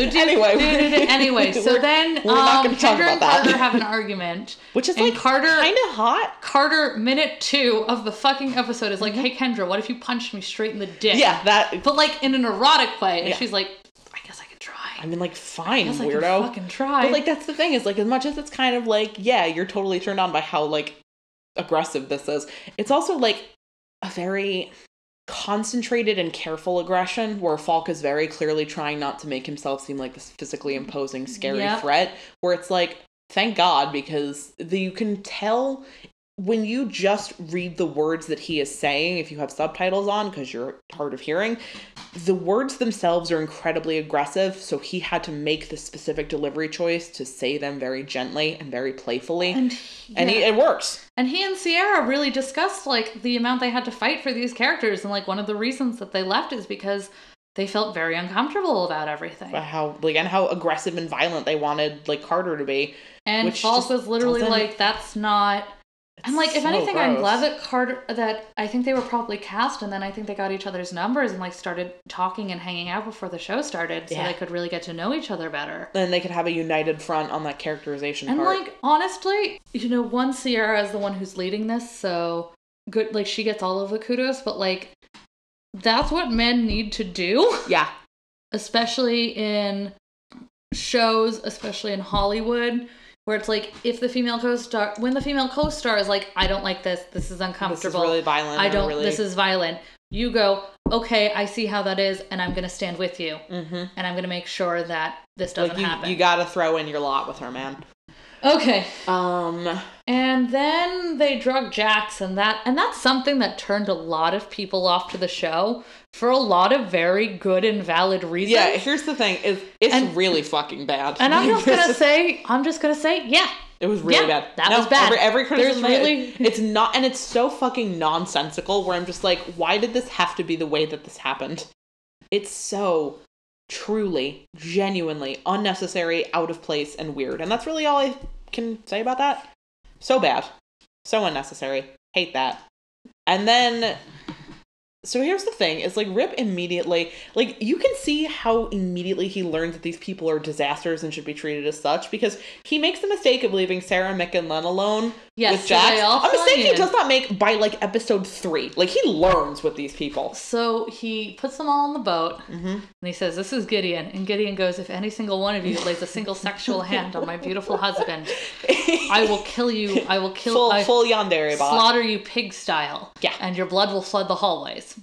[laughs] Anyway.
Anyway,
[laughs]
anyway, so
We're-
then
we're not
um,
gonna talk
Kendra and
about that.
Carter have an argument,
Which is
and
like
Carter.
kind of hot.
Carter, minute two of the fucking episode is like, "Hey Kendra, what if you punched me straight in the dick?"
Mm-hmm. Yeah, that.
but like in an erotic way, and
Yeah.
she's like, "I guess I could try.
I mean, like, fine,
guess I could
weirdo.
fucking try."
but like, that's the thing is like, as much as it's kind of like, yeah, you're totally turned on by how like aggressive this is. It's also like a very concentrated and careful aggression where Falk is very clearly trying not to make himself seem like this physically imposing scary
Yep.
threat where it's like thank god because the, you can tell when you just read the words that he is saying if you have subtitles on because you're hard of hearing the words themselves are incredibly aggressive so he had to make the specific delivery choice to say them very gently and very playfully and,
and, he-
he,
yeah.
it works
And he and Sierra really discussed like the amount they had to fight for these characters, and like one of the reasons that they left is because they felt very uncomfortable about everything.
about how like and how aggressive and violent they wanted like Carter to be.
And
which
Falk
just
was literally
doesn't-
like, "That's not." I'm like, if
so
anything, I'm
gross.
glad that Carter that I think they were probably cast, and then I think they got each other's numbers and like started talking and hanging out before the show started, so
Yeah.
they could really get to know each other better.
And they could have a united front on that characterization
And
part.
like honestly, you know, one Sierra is the one who's leading this, so good like she gets all of the kudos, but like that's what men need to do, [laughs]
yeah,
especially in shows, especially in Hollywood, where it's like if the female co-star when the female co-star is like I don't like this, this is
this is
uncomfortable.
really violent.
I
and
don't
Really,
this is violent. You go, okay, I see how that is, and I'm gonna stand with you, and I'm gonna make sure that this doesn't
Mm-hmm. Like you,
happen.
you gotta throw in your lot with her, man.
okay,
Um,
and then they drug Jax, and that and that's something that turned a lot of people off to the show for a lot of very good and valid reasons.
yeah. Here's the thing: is it's
And-
really fucking bad.
And
[laughs]
I'm just
This
gonna
is-
say, I'm just gonna say, yeah,
it was really
yeah,
bad.
that was bad.
Every, every criticism,
There's
I-
really-
it's not, and it's so fucking nonsensical. Where I'm just like, why did this have to be the way that this happened? It's so truly, genuinely unnecessary, out of place, and weird. And that's really all I can say about that. So bad, so unnecessary. Hate that. And then so here's the thing is like Rip immediately like you can see how immediately he learns that these people are disasters and should be treated as such because he makes the mistake of leaving Sarah, Mick, and Len alone
Yes,
with
so they
Jax.
all
A mistake he
find-
does not make by like episode three. Like he learns with these people.
So he puts them all on the boat and he says, This is Gideon. And Gideon goes, If any single one of you lays a single sexual hand on my beautiful husband, I will kill
[laughs]
you. I will kill
[laughs] full
I
full yandere bot.
slaughter you pig style.
Yeah.
And your blood will flood the hallways.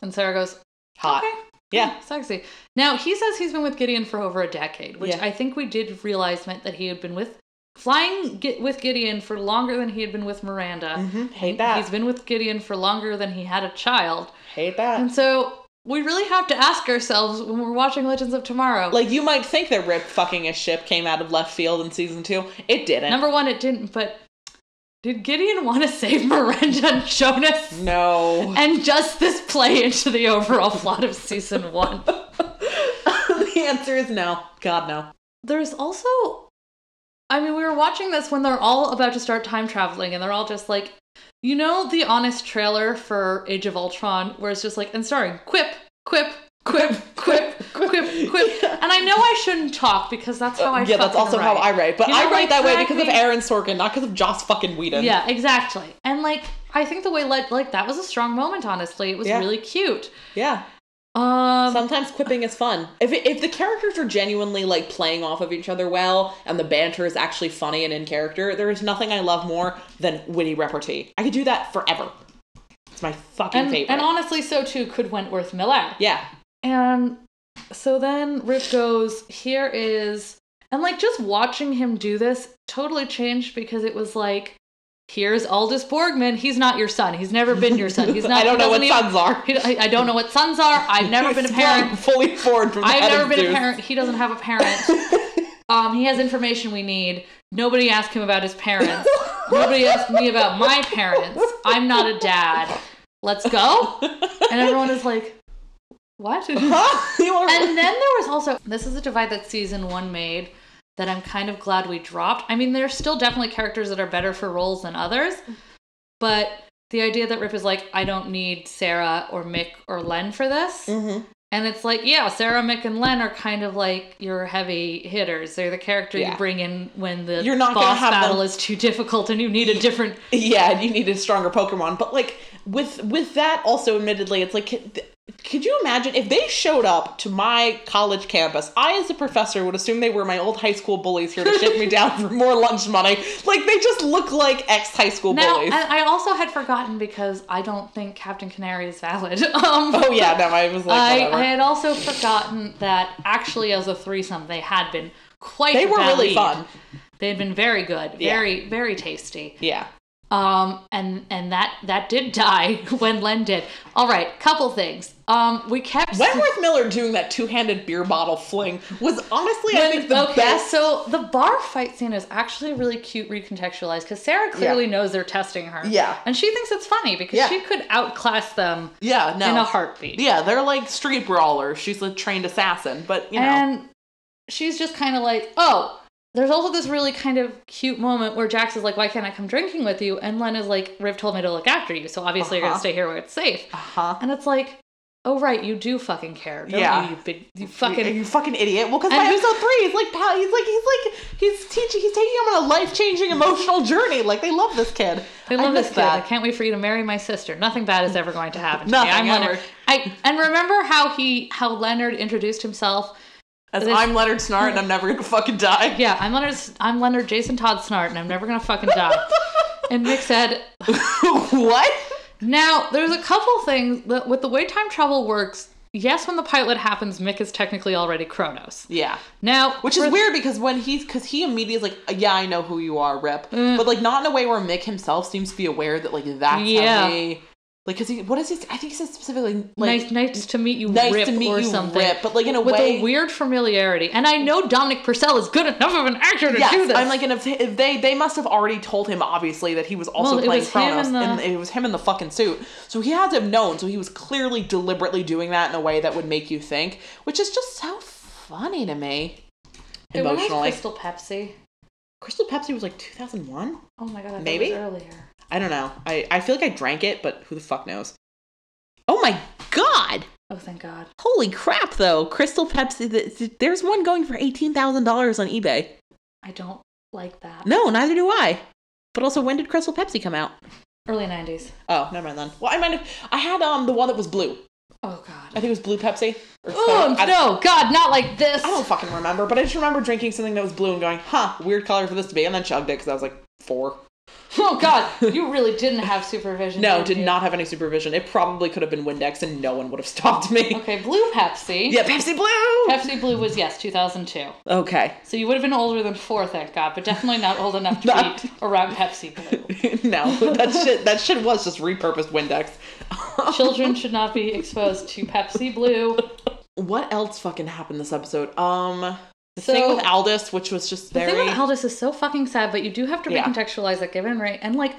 And Sarah goes,
Hot.
Okay.
Yeah.
Sexy. Now he says he's been with Gideon for over a decade, which
Yeah.
I think we did realize meant that he had been with flying Gi- with Gideon for longer than he had been with Miranda.
Mhm. Hate that.
He's been with Gideon for longer than he had a child.
Hate that.
And so we really have to ask ourselves when we're watching Legends of Tomorrow.
Like you might think that Rip fucking a ship came out of left field in season two. It didn't.
number one, it didn't, but did Gideon want to save Miranda and Jonas?
no.
[laughs]
[laughs]
And does this play into the overall plot of season one?
the answer is no. God, no.
There's also, I mean, we were watching this when they're all about to start time traveling and they're all just like, you know, the honest trailer for Age of Ultron, where it's just like, and starring Quip, Quip, Quip, Quip, Quip,
[laughs]
Quip. And I know I shouldn't talk because that's how I
yeah, that's
fucking
also how I write. But
You know,
I write
like,
that way
drag
because of
me-
Aaron Sorkin, not because of Joss fucking Whedon.
Yeah, exactly. And like I think the way like like that was a strong moment honestly. It was
Yeah.
really cute.
Yeah.
Um
Sometimes quipping is fun. If, it, if the characters are genuinely like playing off of each other well and the banter is actually funny and in character, there is nothing I love more than witty repartee. I could do that forever. It's my fucking
and,
favorite.
and honestly so too could Wentworth Miller.
yeah.
And so then Rip goes, here is and like just watching him do this totally changed because it was like here's Aldous Borgman, he's not your son. He's never been your
[laughs]
son. He's not
I don't
he
know what
doesn't even-
sons are.
he- I I don't know what sons are. [laughs] I've
[laughs]
never been a parent.
Fully formed from the
I've
head
never
of
been a
[laughs] Zeus.
parent. He doesn't have a parent. um, he has information we need. Nobody asked him about his parents. Nobody asked me about my parents. I'm not a dad. Let's go. And everyone is like, what? [laughs] and
Huh? [laughs] You are-
then there was also this is a divide that season one made that I'm kind of glad we dropped. I mean, there's still definitely characters that are better for roles than others, but the idea that Rip is like, I don't need Sarah or Mick or Len for this.
Mhm.
And it's like, yeah, Sarah, Mick, and Len are kind of like your heavy hitters. They're the character
Yeah.
you bring in when the
You're not gonna
boss
have
battle
them-
is too difficult and you need
[laughs]
a different.
yeah and you need a stronger pokemon but like with with that also admittedly it's like could, could you imagine if they showed up to my college campus i as a professor would assume they were my old high school bullies here
[laughs]
to ship me down for more lunch money like they just look like ex high school
Now,
bullies
I, I also had forgotten because I don't think Captain Canary is valid. [laughs] Um,
oh yeah no i was like
I,
whatever.
I had also forgotten that actually, as a threesome, they had been quite.
they were really
valued.
fun
They had been very good,
Yeah.
very very tasty.
yeah
Um, and and that that did die [laughs] when Len did. All right, couple things. Um, we kept [laughs]
wentworth miller doing that two-handed beer bottle fling was honestly i
When-
think the best
So the bar fight scene is actually really cute recontextualized because Sarah clearly knows they're testing her.
Yeah.
And she thinks it's funny because
Yeah.
she could outclass them
yeah no
in a heartbeat.
yeah they're like street brawlers she's a trained assassin but you know
And she's just kind of like, oh, there's also this really kind of cute moment where Jax is like, why can't I come drinking with you? And Len is like, Riv told me to look after you, so obviously you're going
Uh-huh.
to stay here where it's safe.
uh-huh
And it's like, oh, right, you do fucking care. Don't
Yeah.
You, you, big, you
fucking [laughs]
fucking.
you fucking idiot. Well, because
And-
by episode three, he's like pal, he's like he's like he's teaching he's taking him on a life changing emotional journey. Like they love this kid.
I love
miss
this kid. I can't wait for you to marry my sister. Nothing bad is ever going to happen to
[laughs] Nothing
me. I'm
ever.
Leonard. I and remember how he how Leonard introduced himself.
As
This-
I'm Leonard Snart, and I'm never gonna fucking die.
[laughs] Yeah, I'm Leonard. I'm Leonard
[laughs]
Jason Todd Snart, and I'm never gonna fucking die. and Mick said,
what?
Now, there's a couple things that with the way time travel works. Yes, when the pilot happens, Mick is technically already Kronos.
Yeah.
Now,
Which is
for-
weird because when he's because he immediately is like, yeah, I know who you are, Rip,
Mm.
but like not in a way where Mick himself seems to be aware that like that's
Yeah.
how they like because he what is he? I think he says specifically like
nice, nice to meet you,
nice
Rip,
to meet
or
you,
something.
Rip, but like in a
with
way
a weird familiarity. And I know Dominic Purcell is good enough of an actor to do
Yes,
this.
I'm like, and if, if they they must have already told him obviously that he was also
Well, it
playing
was him
Kronos,
in the-
and it was him in the fucking suit. So he had to have known. So he was clearly deliberately doing that in a way that would make you think, which is just so funny to me.
Hey, when was
Emotionally,
Crystal Pepsi.
Crystal Pepsi was like 2001.
Oh my god, I thought it
Maybe?
was earlier.
I don't know. I I feel like I drank it, but who the fuck knows? Oh my god!
Oh, thank God.
Holy crap! Though Crystal Pepsi, th- th- there's one going for eighteen thousand dollars on eBay.
I don't like that.
No, neither do I. But also, when did Crystal Pepsi come out?
Early 90s.
Oh, never mind then. Well, I might have. I had um the one that was blue.
Oh,
I [laughs]
God.
think it was blue Pepsi. Or
Oh,
Coke. I,
no, God, not like this.
I don't fucking remember, but I just remember drinking something that was blue and going, "Huh, weird color for this to be," and then chugged it because I was like four.
[laughs] Oh, God, you really didn't have supervision.
No,
did
did
you?
not have any supervision. It probably could have been Windex, and no one would have [laughs] stopped me.
Okay, Blue Pepsi.
Yeah, Pepsi Blue.
Pepsi Blue was, yes, 2002.
okay. [laughs]
So you would have been older than four, thank God, but definitely not old enough to
Not-
be around Pepsi Blue.
no,
[laughs]
that shit. That shit was just repurposed Windex.
Children should not be exposed to Pepsi Blue.
[laughs] what else fucking happened this episode? Um, the
So-
thing with Aldous, which was just
The
very.
thing with Aldous is so fucking sad, but you do have to
Yeah.
recontextualize that given Ray and like,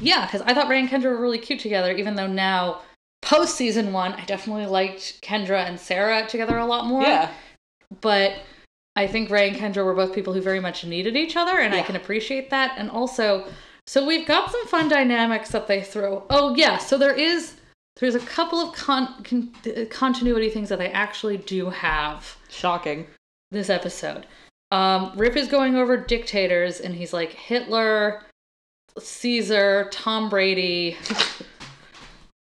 yeah, because I thought Ray and Kendra were really cute together, even though now post season one, I definitely liked Kendra and Sarah together a lot more.
yeah.
But I think Ray and Kendra were both people who very much needed each other, and I
Yeah.
can appreciate that. And also, so we've got some fun dynamics that they throw. Oh yeah, so there is there's a couple of con- con- uh, continuity things that they actually do have
Shocking.
this episode. Um, Rip is going over dictators, and he's like Hitler, Caesar, Tom Brady,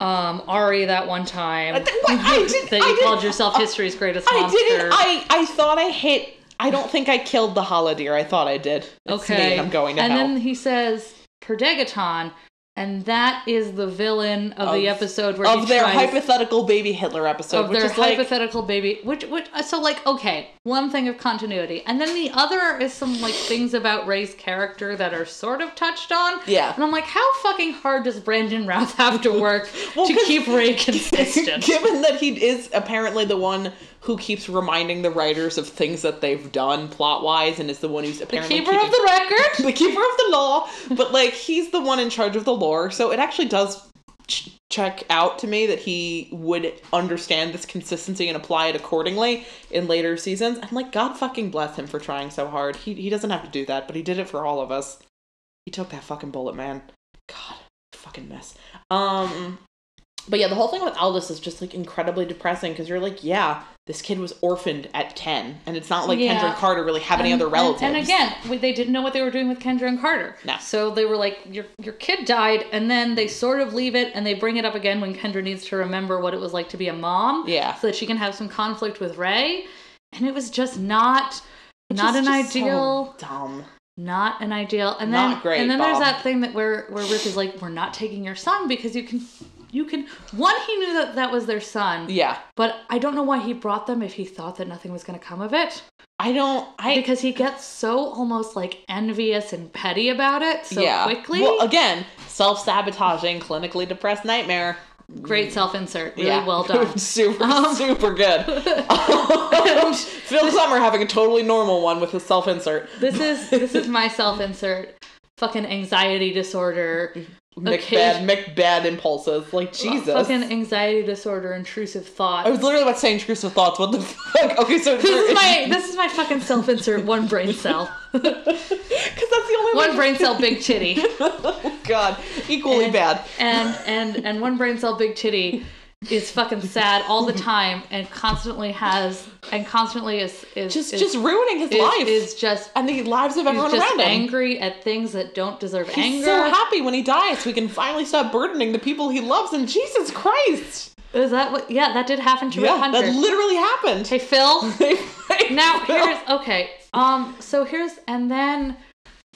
um, Ari. That one time
I did- what? I did-
[laughs] that you
I did-
called yourself history's greatest
I
monster.
didn't. I I thought I hit. I don't think I killed the holodeer. I thought I did. It's
okay,
me. I'm going to
and
hell.
then he says Perdegaton, and that is the villain of, the
Of-
episode where he
of their
tries-
hypothetical baby Hitler episode,
of
which
their
is [laughs] like
hypothetical baby which which uh, so like okay one thing of continuity and then the other is some like things about ray's character that are sort of touched on
Yeah.
and i'm like how fucking hard does brandon routh have to work
[laughs] Well,
to
'cause-
keep
[laughs]
ray consistent
given that he is apparently the one who keeps reminding the writers of things that they've done plot wise, and is the one who's
the
apparently
keeper
keeping-
of the record
the keeper of the law, but like he's the one in charge of the lore, so it actually does ch- check out to me that he would understand this consistency and apply it accordingly in later seasons. I'm like, God fucking bless him for trying so hard. He he doesn't have to do that, but he did it for all of us. He took that fucking bullet, man. God, fucking mess. Um. But yeah, the whole thing with Aldous is just like incredibly depressing because you're like, yeah, this kid was orphaned at ten, and it's not like
Yeah.
Kendrick Carter really have any
And-
other
and-
relatives.
And, again, we, they didn't know what they were doing with Kendra and Carter.
No.
So they were like, your, your kid died, and then they sort of leave it and they bring it up again when Kendra needs to remember what it was like to be a mom.
Yeah.
So that she can have some conflict with Ray. And it was just not.
Which
not
is
an
just so
ideal,
dumb.
not an ideal, and then
Not great,
and then there's
Bob.
that thing that where where Rip is like, we're not taking your son because you can, you can. One, he knew that that was their son,
Yeah.
but I don't know why he brought them if he thought that nothing was going to come of it
I don't. I
because he gets so almost like envious and petty about it so
yeah.
quickly.
Well, again, self sabotaging, clinically depressed nightmare.
Great self insert, really
yeah.
well
[laughs]
done. Um,
super, super
[laughs]
good. Um, Phil Summer having a totally normal one with his self insert.
this is this is my self insert. Fucking anxiety disorder,
Macbad, Macbad impulses. Like Jesus. Oh,
fucking anxiety disorder, intrusive thoughts.
I was literally about to say intrusive thoughts. What the [laughs] fuck? Okay, so
this is
[laughs]
my this is my fucking self insert. One brain cell,
because that's the only
one
way-
brain cell, big titty.
[laughs] oh God, equally
And-
bad.
and and and one brain cell big titty is fucking sad all the time and constantly has and constantly is is
Just,
is,
just ruining his
is,
life
is just
and the lives of
he's
everyone
just
around him.
angry at things that don't deserve anger
He's so happy when he dies. We can finally stop burdening the people he loves. And Jesus Christ,
is that what yeah that did happen to
yeah,
Rip Hunter
that literally happened. [laughs]
hey Phil now here's okay um so here's and then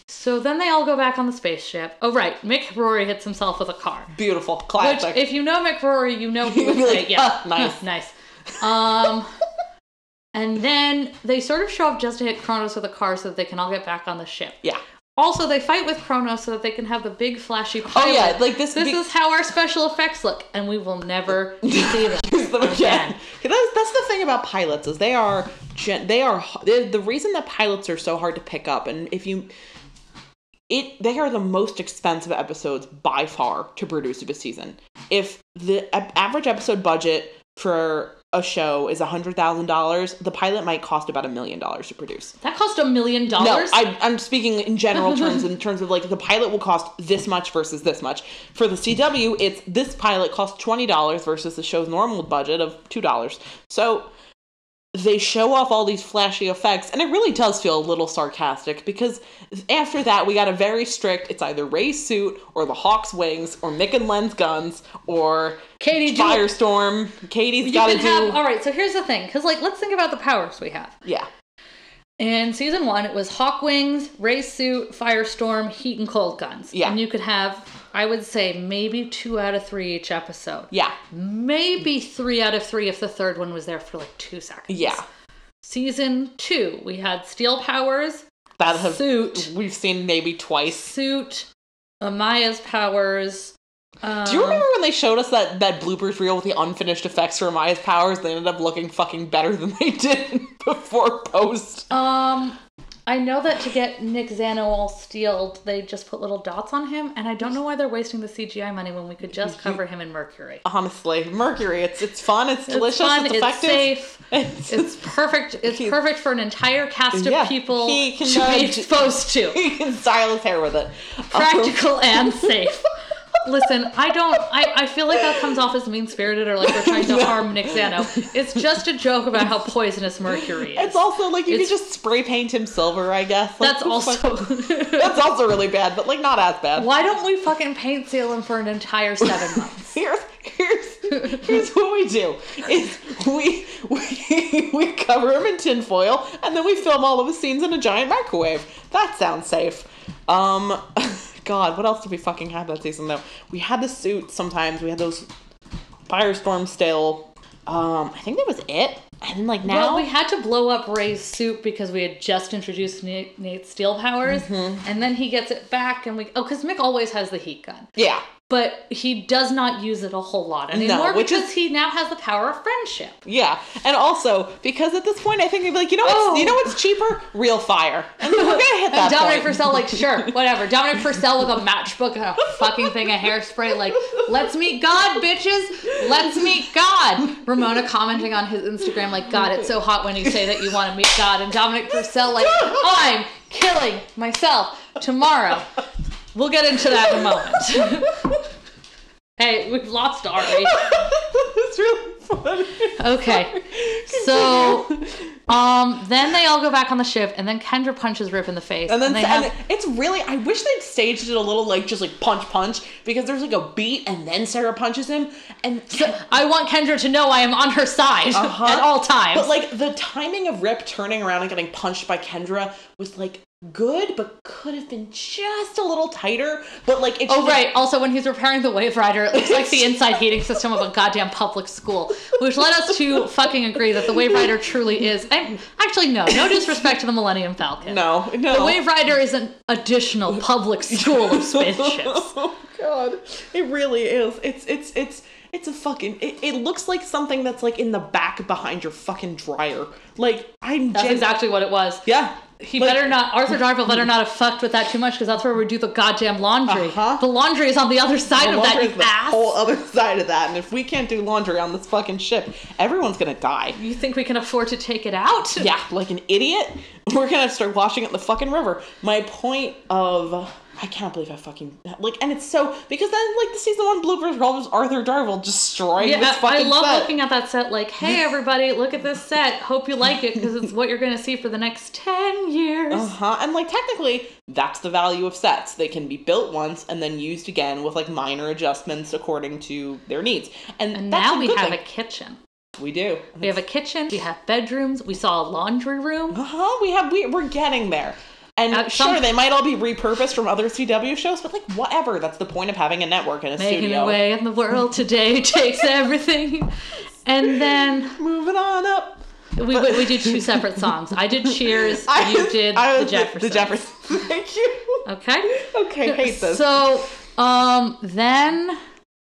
So then they all go back on the spaceship. Oh, right. Mick Rory hits himself with a car.
Beautiful.
Which,
Classic.
if you know Mick Rory, you
[laughs]
know he
You'd
would
be
say,
like,
yeah,
"Ah, nice."
[laughs] nice. Um, and then they sort of show up just to hit Kronos with a car so that they can all get back on the ship.
yeah.
Also, they fight with Kronos so that they can have the big flashy
Oh,
pilot.
yeah. Like this,
This
be-
is how our special effects look, and we will
[laughs]
never see them.
use them again. [laughs]
Again.
That's, that's the thing about pilots is they are gen- they are h- the the reason that pilots are so hard to pick up and if you it they are the most expensive episodes by far to produce of a season. If the a- average episode budget for a show is $100,000, the pilot might cost about a million dollars to produce.
That cost a million
No,
dollars.
I, I'm speaking in
[laughs]
general terms, in terms of like the pilot will cost this much versus this much. For the CW, it's this pilot costs $20 versus the show's normal budget of $2. So they show off all these flashy effects, and it really does feel a little sarcastic because after that, we got a very strict it's either Ray's suit or the Hawk's wings or Mick and Len's guns or
Katie, do you,
Firestorm. Katie's
you
got to
can
do.
have. All right, so here's the thing, because like, let's think about the powers we have.
yeah.
In season one, it was hawk wings, ray suit, firestorm, heat and cold guns.
Yeah.
And you could have, I would say, maybe two out of three each episode.
Yeah.
Maybe three out of three if the third one was there for like two seconds.
Yeah.
Season two, we had steel powers,
That have.
suit,
We've seen maybe twice.
suit, Amaya's powers. Um,
Do you remember when they showed us that that bloopers reel with the unfinished effects for Maya's powers? They ended up looking fucking better than they [laughs] did before post.
Um, I know that to get Nick Zano all steeled, they just put little dots on him, and I don't know why they're wasting the CGI money when we could just cover him in mercury.
Honestly, Mercury, it's it's fun, it's delicious,
it's fun,
it's
it's,
effective.
safe.
[laughs] It's-
It's perfect. It's
He-
perfect for an entire cast of
Yeah,
people
he can
to be
nudge-
exposed
[laughs]
to.
you can style his hair with it. [laughs]
Practical and safe. Listen, I don't. I, I feel like that comes off as mean spirited or like we're trying
[laughs]
to harm Nick Zano. It's just a joke about how poisonous mercury is.
It's also like you could
It's-
just spray paint him silver, I guess. Like,
That's
who fuck-
also.
[laughs] that's also really bad, but like not as bad.
Why don't we fucking paint seal him for an entire seven
[laughs]
months?
Here's here's
[laughs]
here's what we do is we we [laughs] we cover him in tinfoil and then we film all of his scenes in a giant microwave. That sounds safe. Um [laughs] God, what else did we fucking have that season though? We had the suit sometimes, we had those firestorm still. Um, I think that was it. And then like now
Well, we had to blow up Ray's suit because we had just introduced Nate, Nate's steel powers,
Mm-hmm.
and then he gets it back, and we oh, because Mick always has the heat gun,
Yeah.
but he does not use it a whole lot anymore
which
because
is-
he now has the power of friendship.
Yeah. And also, because at this point I think they'd be like, you know what's you
Oh.
know what's cheaper? Real
[laughs]
fire. And we're gonna hit that.
and Dominic
point.
Purcell, like,
[laughs]
sure, whatever. Dominic Purcell with a matchbook and a fucking thing of hairspray, like, let's meet God, bitches. Let's meet God. Ramona commenting on his Instagram, like, God, it's so hot when you say that you want to meet God. And Dominic Purcell, like, I'm killing myself tomorrow. We'll get into that in a moment. hey, we've lost Ari.
it's really funny.
Okay. So, um, then they all go back on the ship, and then Kendra punches Rip in the face,
And then
they
and
have
it's really I wish they'd staged it a little like just like punch punch because there's like a beat and then Sarah punches him and
I want Kendra to know I am on her side
Uh-huh.
at all times.
but like the timing of Rip turning around and getting punched by Kendra was like good but could have been just a little tighter but like it's
oh right. Also, when he's repairing the Wave Rider, it looks like
[laughs]
the inside heating system of a goddamn public school, which led us to fucking agree that the Wave Rider truly is. And actually, no, no disrespect to the Millennium Falcon.
no no
The Wave Rider is an additional public school of
[laughs]
spaceships.
oh god it really is it's it's it's it's a fucking it, it looks like something that's like in the back behind your fucking dryer like I'm
That's
gen-
exactly what it was.
yeah
He
Like-
better not, Arthur Darville better not have fucked with that too much because that's where we do the goddamn laundry.
Uh-huh.
The laundry is on the other side
And
of that,
laundry
you
is the
ass.
whole other [laughs] side of that. And if we can't do laundry on this fucking ship, everyone's gonna die.
you think we can afford to take it out?
Yeah, like an idiot, [laughs] we're gonna start washing it in the fucking river. My point of I can't believe I fucking like, and it's so because then like the season one bloopers are all just Arthur Darvill destroying this fucking
I love
set.
looking at that set like, hey, everybody, look at this set. Hope you like it because it's what you're going to see for the next 10 years.
Uh huh. And like technically, that's the value of sets. They can be built once and then used again with like minor adjustments according to their needs. And,
and
that's
now
a
we
good
have
thing.
a kitchen.
we do.
We have a kitchen, we have bedrooms, we saw a laundry room.
Oh, Uh-huh. Uh huh. We have we we're getting there. And
Uh, some-
sure, they might all be repurposed from other CW shows, but like whatever. That's the point of having a network and a
Making
studio.
a way in the world today [laughs] takes everything. And then
Moving on up.
we we, we did two separate songs. I did Cheers. you did
[laughs] I
the
was
Jeffersons.
The Jeffersons. [laughs] Thank you.
Okay. [laughs]
Okay, hate this.
So um then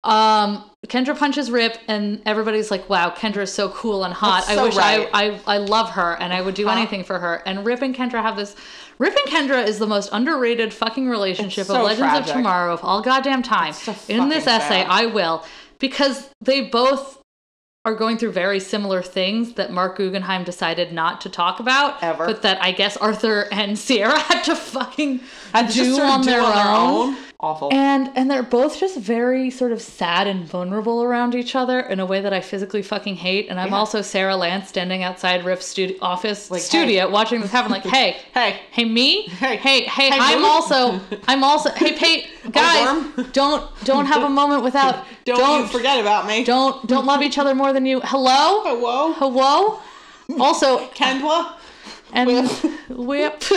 um Kendra punches Rip and everybody's like, Wow, Kendra's so cool and hot.
That's
I
so
wish
right.
I, I I love her and I would do
Hot.
anything for her. And Rip and Kendra have this Rip and Kendra is the most underrated fucking relationship
It's
of
so
Legends
tragic.
of Tomorrow of all goddamn time.
so
In this
fucking
essay,
sad.
I will. Because they both are going through very similar things that Mark Guggenheim decided not to talk about.
Ever.
But that I guess Arthur and Sierra [laughs] had to fucking
And just
do
sort of
on their own.
Awful.
And and they're both just very sort of sad and vulnerable around each other in a way that I physically fucking hate. And I'm also Sarah Lance standing outside Riff's studio office
Like,
studio watching this happen,
[laughs]
like, hey,
hey,
hey me,
Hey.
hey, hey,
Hey,
I'm
Moon. [laughs]
also, I'm also, hey Pate, guys,
worm.
don't don't have a moment without,
[laughs] don't, you
don't
forget about me.
don't don't love each other more than you. Hello,
Hello,
hello. Also,
Kendra.
and [laughs] whip.
[laughs]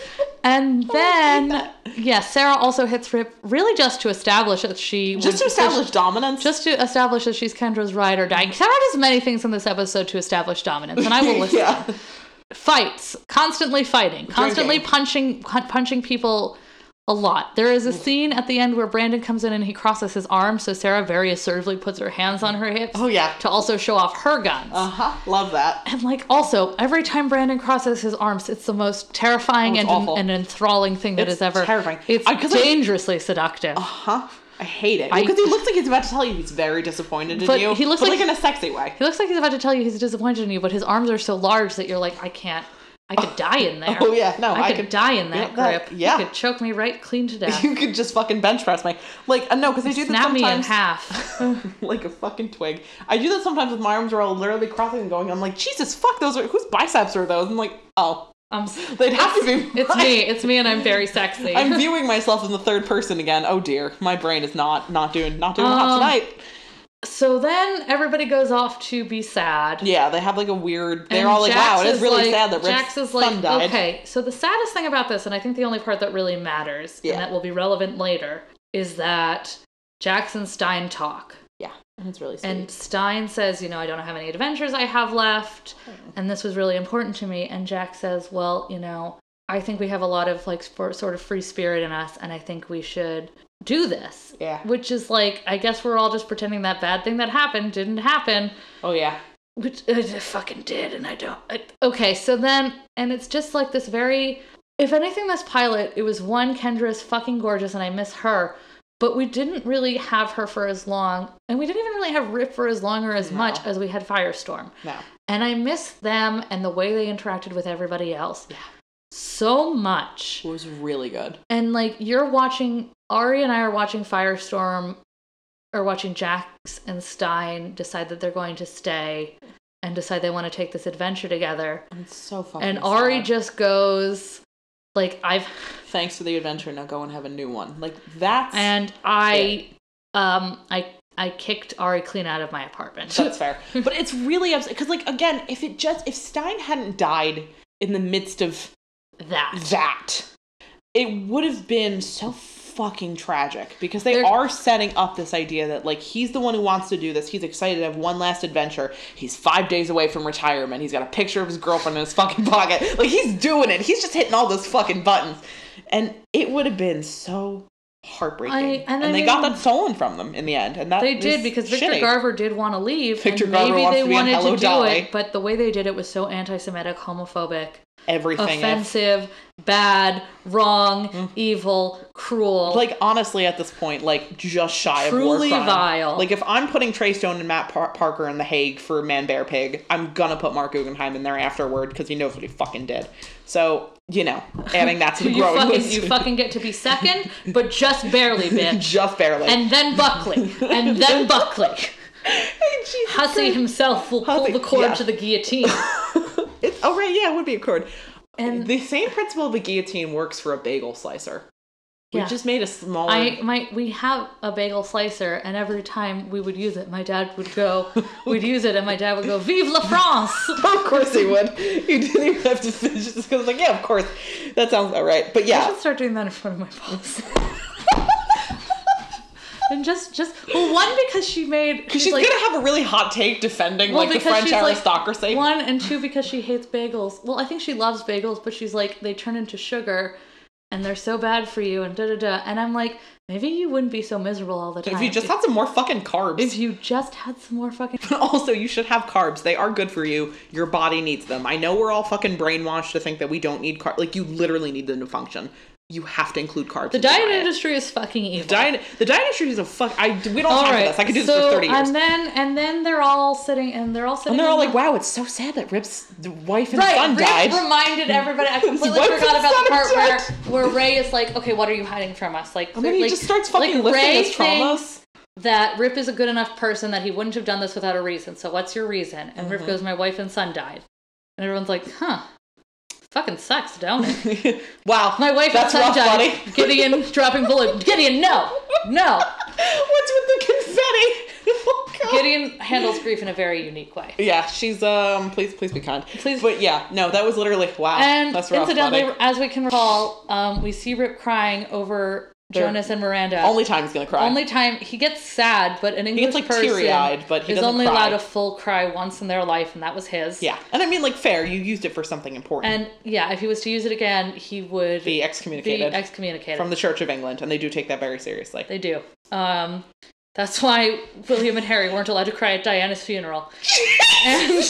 [laughs] and
Oh,
then, yeah, Sarah also hits Rip really just to establish that she
Just to
would-
establish dominance.
just to establish that she's Kendra's ride or die. Sarah does many things in this episode to establish dominance, and I
[laughs]
will listen.
yeah.
Fights, constantly fighting, constantly
Drinking.
punching cu- punching people a lot. There
Mm.
is a scene at the end where Brandon comes in and he crosses his arms, so Sarah very assertively puts her hands on her hips
Oh yeah.
to also show off her guns.
Uh huh. Love that.
And like also, every time Brandon crosses his arms, it's the most terrifying
Oh, it's
and,
awful.
and enthralling thing that
It's
is ever.
terrifying.
It's
I- 'cause I-
dangerously seductive.
Huh. I hate it
Uh-huh. I-
because he looks like he's about to tell you he's very disappointed in
But
you.
he looks
but
like-
like in a sexy way.
He looks like he's about to tell you he's disappointed in you, but his arms are so large that you're like, I can't. I could die in there.
Oh, yeah, no,
I,
I
could,
could-
die in that
yeah, that-
grip.
yeah.
you could choke me right clean to death.
[laughs] You could just fucking bench press me. Like uh, no, because I do that
Snap me in
sometimes.
half.
[laughs]
[laughs]
like a fucking twig. I do that sometimes with my arms where I'll literally crossing and going, I'm like, Jesus, fuck, those are, whose biceps are those? I'm like, oh,
I'm,
they'd have to be.
it's
mine.
me. It's me, and I'm very sexy.
I'm viewing myself in the third person again. Oh dear, my brain is not not doing not doing hot
Um,
tonight.
[laughs] so then everybody goes off to be sad.
Yeah, they have like a weird. They're
And
all like,
Jax
wow, it is really sad that
Jax
Rick's
is like,
son died.
okay. So the saddest thing about this, and I think the only part that really matters,
Yeah.
and that will be relevant later, is that Jackson Stein talk.
Yeah, and it's really sweet.
And Stein says, you know, I don't have any adventures I have left,
Oh.
and this was really important to me. And Jack says, well, you know, I think we have a lot of like for, sort of free spirit in us, and I think we should do this.
Yeah.
Which is like, I guess we're all just pretending that bad thing that happened didn't happen.
oh yeah,
Which I just fucking did, and I don't. I, okay, so then, and it's just like this very. If anything, this pilot, it was one, Kendra is fucking gorgeous, and I miss her, but we didn't really have her for as long, and we didn't even really have Rip for as long or as much as we had Firestorm.
no,
And I miss them and the way they interacted with everybody else so much
it was really good.
and like you're watching Ari and I are watching Firestorm or watching Jax and Stein decide that they're going to stay and decide they want to take this adventure together.
And It's so fucking.
And Ari
sad.
just goes like
[sighs]
I've
thanks for the adventure. Now go and have a new one. Like that's
and I um I I kicked Ari clean out of my apartment.
That's fair. But it's really upset because, like, again, if it just if Stein hadn't died in the midst of
[laughs] that.
that, it would have been so fucking tragic because they
There-
are setting up this idea that like he's the one who wants to do this. He's excited to have one last adventure. He's five days away from retirement. He's got a picture of his girlfriend in his fucking pocket. Like he's doing it. He's just hitting all those fucking buttons, and it would have been so. Heartbreaking,
I- and
and,
I
they got
mean-
that stolen from them in the end, and that
They
is
did because Victor
shitty.
Garver did want to leave.
Victor
and
Garver
maybe
wants
they
to be on
wanted to
Hello
do
Dolly.
it, but the way they did it was so anti-Semitic, homophobic.
everything is-
offensive, bad, wrong, evil, cruel.
Mm. like honestly at this point like just shy
Truly
of war crime.
vile.
like if i'm putting trey stone and matt Par- parker in the hague for man bear pig i'm gonna put mark guggenheim in there afterward because he knows what he fucking did so you know adding that to
[laughs]
the
you
growing
fucking
list [laughs]
you fucking get to be second, but just barely, bitch.
just barely
And then Buckley, and then Buckley.
[laughs] Hey, Jesus
Hussey
Christ.
himself will pull
Hussey,
the cord
yeah.
to the guillotine.
It- oh right yeah it would be a cord
And
the same principle of a guillotine works for a bagel slicer
Yeah.
[laughs] We just made a smaller.
I my we have a bagel slicer, and every time we would use it, my dad would
[laughs]
go, we'd use it, and my dad would go, "Vive la France!"
[laughs] of course he would. He didn't even have to finish this because like, yeah, of course, that sounds about right. But
I
yeah,
should start doing that in front of my
[laughs]
boss. and just, just well, one because she made
she's, gonna have a really hot take defending
well,
like the
because
French
she's like,
aristocracy.
one and two because she hates bagels. Well, I think she loves bagels, but she's like they turn into sugar, and they're so bad for you, and da da da. And I'm like, maybe you wouldn't be so miserable all the time
if you just had some more fucking carbs.
if you just had some more fucking [laughs]
[laughs] also, you should have carbs. They are good for you. Your body needs them. I know we're all fucking brainwashed to think that we don't need carbs. Like you literally need them to function. You have to include carbs.
The diet industry is fucking evil.
Diet, the diet industry is a fuck. I we don't
All
have time
right.
for this. I could do this
so,
for thirty years.
And then and then they're all sitting and they're all sitting.
And they're all
in
like, "Wow, it's so sad that Rip's the wife and
Right,
son
Rip
died."
reminded everybody.
[laughs]
I completely
Wife and
forgot about the
son
part
are
where,
dead.
where Ray is like, "Okay, what are you hiding from us?" Like,
and then he
like-
just starts
like,
fucking listing
Ray
his traumas.
thinks That Rip is a good enough person that he wouldn't have done this without a reason. So what's your reason? And
Mm-hmm.
Rip goes, "My wife and son died," and everyone's like, "Huh, fucking sucks, don't it?"
[laughs] wow,
My wife
that's
and son
rough,
died.
buddy. [laughs]
Gideon dropping bullet. Gideon, no, no.
What's with the confetti? [laughs] Oh, God.
Gideon handles grief in a very unique way.
Yeah, she's um. Please, please be kind.
Please-
but yeah, no, that was literally wow.
And
that's rough,
incidentally,
buddy.
as we can recall, um, we see Rip crying over
They're-
Jonas and Miranda.
only time he's gonna cry.
Only time he gets sad, but an English
gets, like,
person
teary-eyed, but he
is
doesn't
only
cry.
allowed a full cry once in their life, and that was his.
yeah, and I mean like fair. You used it for something important.
And yeah, if he was to use it again, he would
be
be
excommunicated
excommunicated.
from the Church of England, and they do take that very seriously.
they do. Um, that's why William and Harry weren't allowed to cry at Diana's funeral. and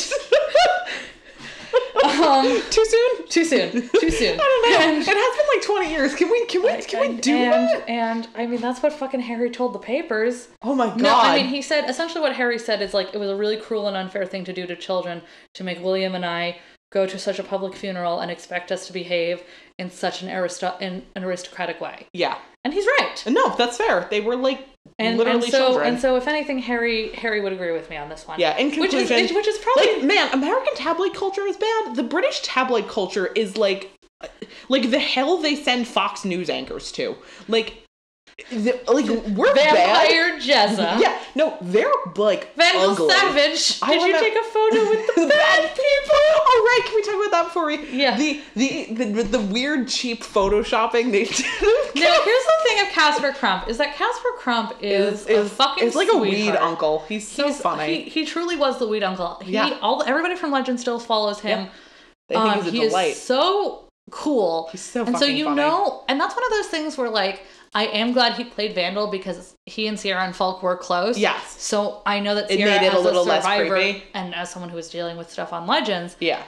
um,
[laughs] Too soon.
too soon.
[laughs]
Too soon.
I don't know.
And-
it has been like twenty years. Can we? Can we? Can we
and,
do
and,
that?
And I mean, that's what fucking Harry told the papers.
Oh my god.
No, I mean, he said essentially what Harry said is like it was a really cruel and unfair thing to do to children to make William and I go to such a public funeral and expect us to behave in such an aristo- in an aristocratic way.
yeah.
And he's right.
No, that's fair. They were like
And,
literally
and so
children.
and so if anything, Harry Harry would agree with me on this one.
Yeah, in
which is
conclusion,
which is probably
like man, American tabloid culture is bad. The British tabloid culture is like like the hell they send Fox News anchors to. Like the, like we're bad.
vampire Jezza.
[laughs] Yeah, no, they're like
Vandal
ugly.
Savage.
I
Did you
wanna-
take a photo with the
[laughs] The bad people. All right, can we talk about that before we?
Yeah.
The the the, the weird cheap photoshopping they did. [laughs]
Now, here's the thing of Casper Crump is that Casper Crump is, a fucking
it's like a weed
sweetheart.
uncle. He's so
He's-
funny.
He, he truly was the weed uncle. He,
Yeah.
all everybody from Legend still follows him.
they think
Um,
he's a
he
delight.
is so cool.
He's so
and so
fucking
you
funny.
know, and that's one of those things where like I am glad he played Vandal because he and Sierra and Falk were close.
Yes.
So I know that
It
Sierra
made it a
as
little less
survivor
creepy.
and as someone who was dealing with stuff on Legends,
yeah.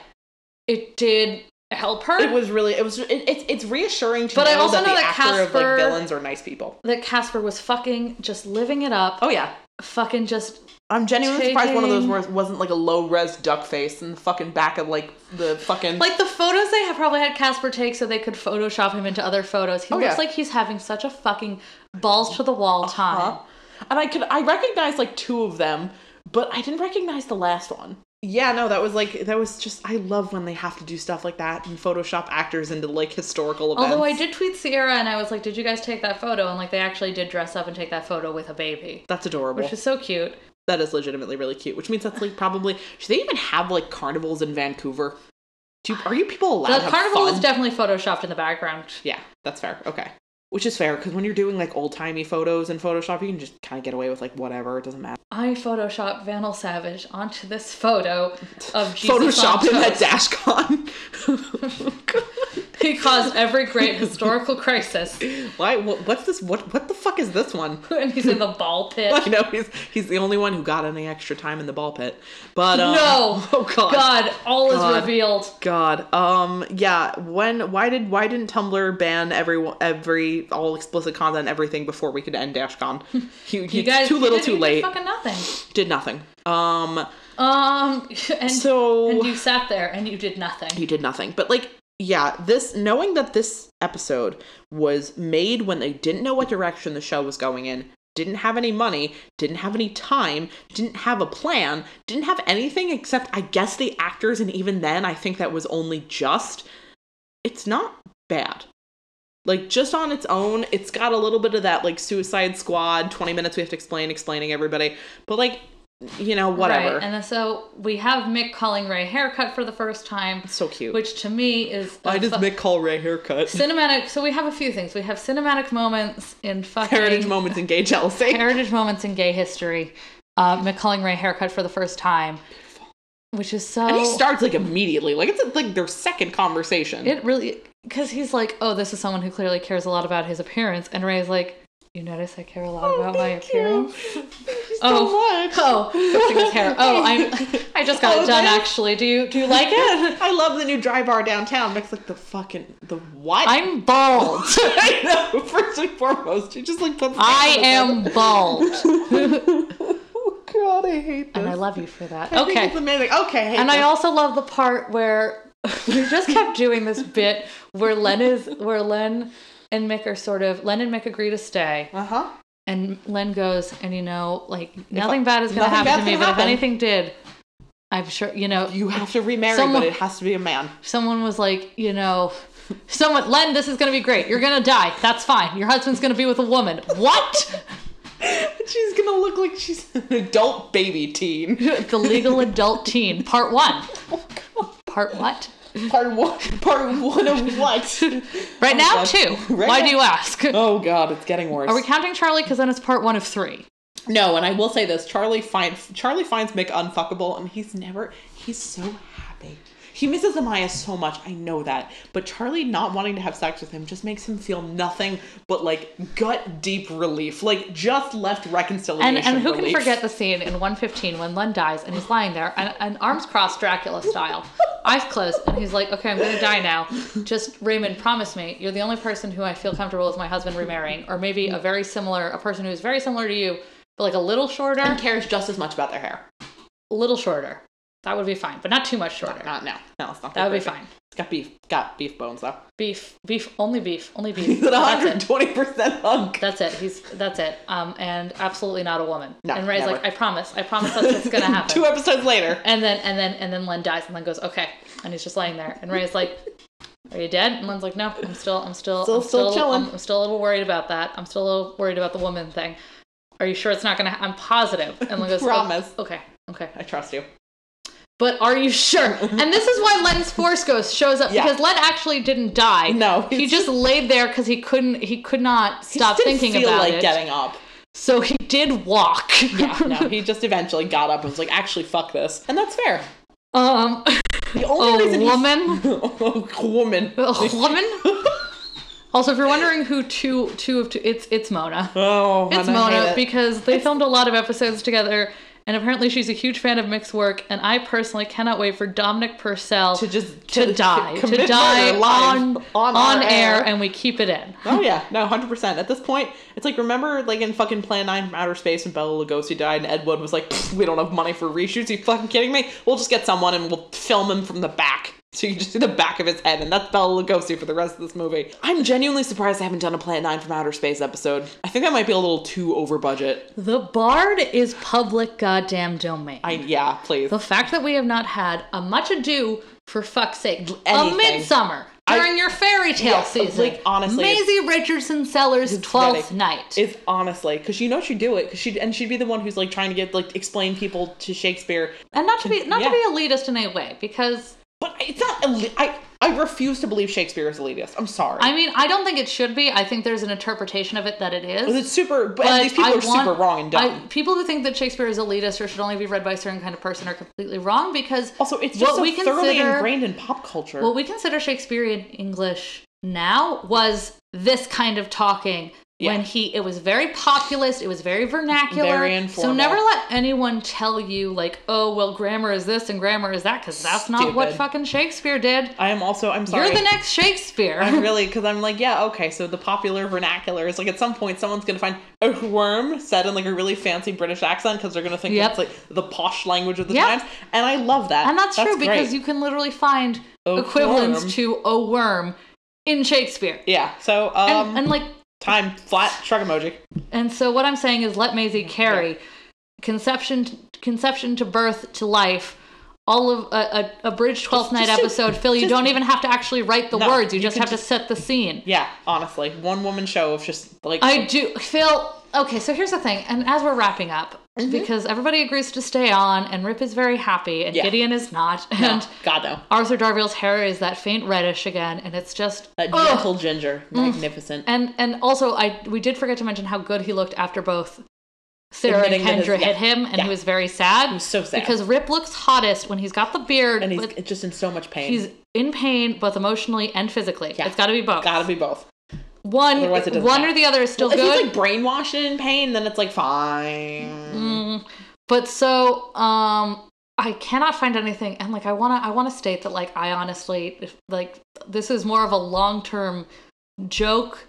it did help her.
It was really it was it, it's it's reassuring to
But
know
I also
that
know
the
that
actor of like
Casper-
villains are nice people.
that Casper was fucking just living it up.
Oh yeah.
Fucking just
I'm genuinely surprised one of those
Taking-
words wasn't like a low res duck face in the fucking back of like the fucking
Like the photos they have probably had Casper take so they could Photoshop him into other photos. He
Oh,
looks
yeah.
like he's having such a fucking balls to the wall time.
huh? And I could I recognized like two of them, but I didn't recognize the last one. Yeah, no, that was like that was just I love when they have to do stuff like that and Photoshop actors into like historical events.
Although I did tweet Sierra and I was like, "Did you guys take that photo?" And like they actually did dress up and take that photo with a baby,
that's adorable.
which is so cute.
that is legitimately really cute. Which means that's like probably should they even have like carnivals in Vancouver? Do you, are you people allowed? to
the
have
carnival
fun?
was definitely photoshopped in the background.
Yeah, that's fair. Okay. Which is fair because when you're doing like old timey photos in Photoshop, you can just kind of get away with like whatever. It doesn't matter.
I photoshopped Vandal Savage onto this photo
[laughs]
of Jesus
Photoshop
on
in that
toast.
Dashcon.
[laughs] He caused every great historical crisis,
[laughs]
[laughs]
Why? What, what's this? What? What the fuck is this one? [laughs]
and he's in the ball pit.
I know he's he's the only one who got any extra time in the ball pit. But um,
No.
[laughs] oh god, god,
God, all
God.
is revealed.
Um, yeah. When? Why did? Why didn't Tumblr ban every every all explicit content everything before we could
[laughs]
end Dashcon? You,
You guys
too little,
you did-
too
you did
late.
Fucking nothing.
Did nothing. Um.
Um, [laughs] and
So
and you sat there and you did nothing.
you did nothing. But like, yeah, this knowing that this episode was made when they didn't know what direction the show was going in, didn't have any money, didn't have any time, didn't have a plan, didn't have anything except I guess the actors and even then I think that was only just it's not bad. Like just on its own, it's got a little bit of that like Suicide Squad. Twenty minutes we have to explain, explaining everybody. But like, you know, whatever.
Right. And then, so we have Mick calling Ray haircut for the first time,
so cute.
which to me is a
Why does [laughs]
fu-
Mick call Ray haircut?
cinematic. So we have a few things. We have cinematic moments in fucking
Heritage moments in gay
[laughs]
jealousy.
heritage moments in gay history. Uh, Mick calling Ray haircut for the first time, which is so.
And he starts like immediately. Like it's like their second conversation.
It really because he's like, oh, this is someone who clearly cares a lot about his appearance, and Ray's like, you notice I care a lot about my
Oh, thank you.
appearance.
Thank you so
Oh.
much.
Oh, fixing his hair. Oh, I I just got
Oh,
it done
thanks.
actually. Do you do you like it?
I love the new dry bar downtown. Mick's like the fucking the what?
I'm bald.
[laughs] I know. First and foremost, you just like put.
I am bald,
Oh God, I hate this.
and I love you for that.
I think
Okay.
it's amazing. Okay, I hate
And I
this.
also love the part where [laughs] we just kept doing this bit where Len is where Len and Mick are sort of Len and Mick agree to stay.
Uh huh.
And Len goes, and you know, like nothing bad is gonna
nothing
happen to
bad's
me,
gonna
but if
happen.
anything did, I'm sure you know
You have to remarry,
Someone-
but it has to be a man. [laughs]
someone was like, you know, someone Len, this is gonna be great. You're gonna die. That's fine. Your husband's gonna be with a woman. What? [laughs]
She's gonna look like she's an adult baby teen. [laughs] Oh,
the legal adult teen, part one. Part what?
Part one. Part one of what? Oh,
Right now,
God.
two.
Right
Why
now-
do you ask?
Oh God, it's getting worse.
Are we counting Charlie? Because then it's part one of three.
No, and I will say this: Charlie finds Charlie finds Mick unfuckable, and he's never he's so happy. He misses Amaya so much, I know that. But Charlie not wanting to have sex with him just makes him feel nothing but like gut deep relief, like just left reconciliation.
And and who can
relief.
forget the scene in 115 when Len dies and he's lying there and, and arms crossed Dracula style,
[laughs]
eyes closed, and he's like, okay, I'm gonna die now. Just Raymond, promise me you're the only person who I feel comfortable with my husband remarrying, or maybe a very similar, a person who's very similar to you, but like a little shorter,
And cares just as much about their hair?
a little shorter. That would be fine, but not too much shorter.
Not no, no, it's not.
That would be
crazy.
fine.
It's got beef, got beef bones though.
Beef, beef, only beef, only beef.
[laughs] He's at
That's it.
120 percent hunk.
That's it. He's that's it. Um, and absolutely not a woman.
No,
and Ray's
never.
like, I promise, I promise that's what's
[laughs]
gonna happen.
Two episodes later,
And then and then and then Len dies and Len goes, Okay. And he's just laying there. And Ray's like, Are you dead? And Len's like, No, I'm still I'm still
Still-
I'm
still chilling."
I'm, I'm still a little worried about that. I'm still a little worried about the woman thing. Are you sure it's not gonna ha- I'm positive. And Len goes, "Oh,
Promise.
okay, okay.
I trust you.
But are you sure? And this is why Len's force ghost shows up
Yeah.
because Len actually didn't die.
No,
He
he's-
just laid there because he couldn't he could not
He
stop
just didn't
thinking
feel
about
like
it.
getting up.
so he did walk.
Yeah, no, he just eventually got up and was like, actually, fuck this. And that's fair.
[laughs] Um [laughs]
The only
a
reason he's-
woman.
[laughs]
Oh. [laughs]
a woman.
A woman? also, if you're wondering who two two of two, it's it's Mona.
[laughs] Oh,
It's
and I hate
Mona
it.
because they filmed a lot of episodes together, and apparently she's a huge fan of Mick's work. And I personally cannot wait for Dominic Purcell
To just-
to,
to
die to
commit
die
murder live
on
on
on,
our
air,
air.
and we keep it in.
Oh yeah, [laughs] no, hundred percent. At this point, it's like remember, like in fucking Plan Nine from Outer Space, and Bella Lugosi died, and Ed Wood was like, "Pfft, "We don't have money for reshoots. you fucking kidding me? We'll just get someone and we'll film him from the back, so you just see the back of his head, and that's Bella Lugosi for the rest of this movie." I'm genuinely surprised I haven't done a Plan Nine from Outer Space episode. I think that might be a little too over budget.
The Bard is public goddamn domain.
I yeah, please.
the fact that we have not had a much ado for fuck's sake, a
anything.
midsummer during your fairy tale
Yeah,
season,
like, honestly,
Maisie Richardson Sellers' Twelfth
pathetic.
Night.
is honestly because you know she'd do it because she and she'd be the one who's like trying to get like explain people to Shakespeare.
and not to be not
yeah.
to be elitist in any way because
But it's not. Eli- I I refuse to believe Shakespeare is elitist. I'm sorry.
I mean I don't think it should be. I think there's an interpretation of it that it is.
it's super. But,
but
these people
I
are
want-
super wrong and dumb.
I- people who think that Shakespeare is elitist or should only be read by a certain kind of person are completely wrong because
also, it's just so thoroughly ingrained in pop culture.
what we consider Shakespearean English now was this kind of talking when
Yeah.
he it was very populist, it was very vernacular.
Very
So
informal.
never let anyone tell you like, "Oh, well grammar is this and grammar is that" cuz that's not what
Stupid.
fucking Shakespeare did.
I am also. I'm sorry.
You're the next Shakespeare.
I'm [laughs] really because I'm like, yeah, okay. So the popular vernacular is like at some point someone's gonna find a worm said in like a really fancy British accent because they're gonna think
Yep.
that's like the posh language of the
Yep.
times, and I love that.
[laughs] and that's, true because
great.
you can literally find
A
equivalents
worm.
to a worm in Shakespeare.
yeah. So um,
And, and like
time flat shrug emoji.
And so what I'm saying is let Maisie carry conception conception to birth to life all of a, a, a bridge 12th night
just do-
episode phil you
just-
don't even have to actually write the
No,
words you,
you
just
can
have to set the scene
Yeah, honestly, one woman show of just like
i do phil okay so here's the thing and as we're wrapping up
Mm-hmm.
because everybody agrees to stay on and rip is very happy and
Yeah.
gideon is not
No,
and
God no,
arthur darville's hair is that faint reddish again and it's just
that
Ugh. Mm.
gentle ginger, magnificent.
and and also i we did forget to mention how good he looked after both sarah
Admitting that
and
his-
kendra
yeah,
hit him and
yeah.
he was very sad
I'm so sad
because rip looks hottest when he's got the beard
and he's
with-
just in so much pain.
he's in pain both emotionally and physically
Yeah.
it's got to be both
Gotta be both.
one
Otherwise it
one
doesn't
or
matter.
the other is still
if
good
he's like brainwashed and in pain, then it's like fine.
Mm. but so um i cannot find anything and like i want to i want to state that like i honestly if, like this is more of a long-term joke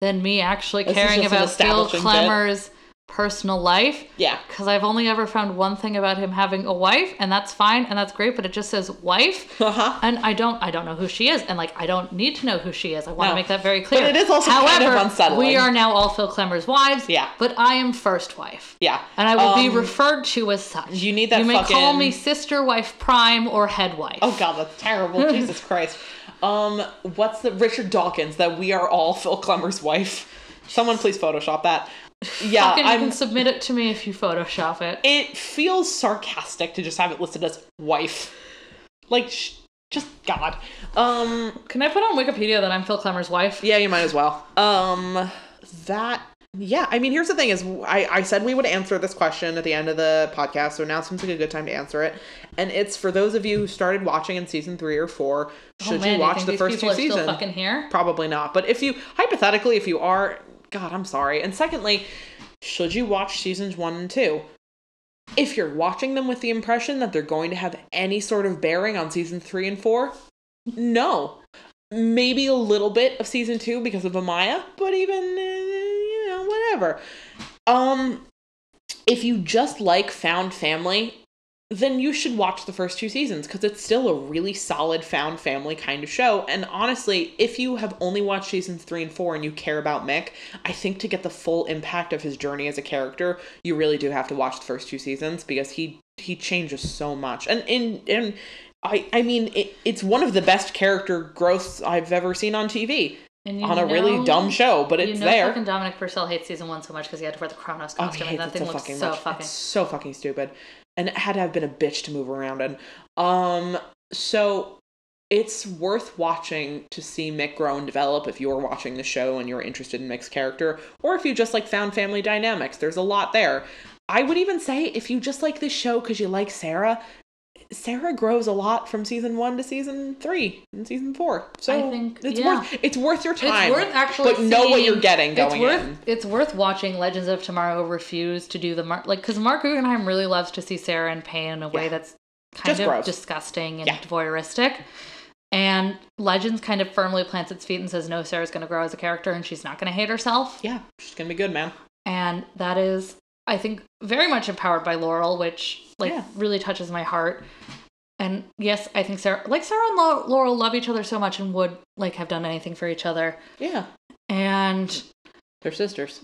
than me actually
This is
caring
just an
about bill
establishing bit.
clemmer's personal life
Yeah, [laughs]
because i've only ever found one thing about him having a wife and that's fine and that's great but it just says
[laughs]
wife
uh huh.
and I don't I don't know who she is, and like I don't need to know who she is. I want to
No.
make that very clear.
it is also kind of
however
unsettling.
we are now all Phil Klemmer's wives.
Yeah.
but I am first wife,
Yeah,
and I will be
Um,
referred to as such.
you need that
You may call
fucking-
me sister wife prime or head wife.
Oh god,
[laughs]
that's terrible. Jesus Christ. Um, what's the Richard Dawkins that we are all Phil Klemmer's wife? Someone please Photoshop that. Yeah,
Fucking, you
I'm.
can submit it to me if you Photoshop it.
It feels sarcastic to just have it listed as wife. Like, sh- just God. Um,
Can I put on Wikipedia that I'm Phil Klemmer's wife?
Yeah, you might as well. Um, that. Yeah, I mean, here's the thing: is I, I said we would answer this question at the end of the podcast, so now seems like a good time to answer it. And it's for those of you who started watching in season three or four. Should
Oh, man,
you
do
watch
think
the
these
first
people
two
are still
seasons?
Fucking here.
Probably not. But if you hypothetically, if you are, God, I'm sorry. And secondly, should you watch seasons one and two? If you're watching them with the impression that they're going to have any sort of bearing on season three and four, no. Maybe a little bit of season two because of Amaya, but even eh, you know whatever. Um, if you just like found family, then you should watch the first two seasons because it's still a really solid found family kind of show. And honestly, if you have only watched seasons three and four and you care about Mick, I think to get the full impact of his journey as a character, you really do have to watch the first two seasons because he he changes so much. And in and I I mean it, it's one of the best character growths I've ever seen on TV
And you
on a really
know-
dumb show, but
you
it's
know
there.
fucking Dominic Purcell hates season one so much because he had to wear the Kronos
Oh, he
costume, and
hates
that
it
thing
so
looked
fucking
so
much.
fucking
It's so fucking stupid, and it had to have been a bitch to move around in. Um, so it's worth watching to see Mick grow and develop if you're watching the show and you're interested in Mick's character, or if you just like found family dynamics. There's a lot there. I would even say if you just like this show because you like Sarah, Sarah grows a lot from season one to season three and season four. So
I think-
it's
yeah.
worth it's worth your time.
It's worth actually,
but know what
seeing-
you're getting going
it's worth,
in.
It's worth watching Legends of Tomorrow refuse to do the Mark, like because Mark Guggenheim really loves to see Sarah in pain in a way
Yeah.
that's kind
Just
of
gross.
disgusting and
Yeah.
voyeuristic. And Legends kind of firmly plants its feet and says, "No, Sarah's going to grow as a character, and she's not going to hate herself."
Yeah, she's gonna be good, man.
and that is i think very much empowered by laurel which like
Yeah.
really touches my heart and yes i think sarah like sarah and Lau- laurel love each other so much and would like have done anything for each other
Yeah.
and
They're sisters.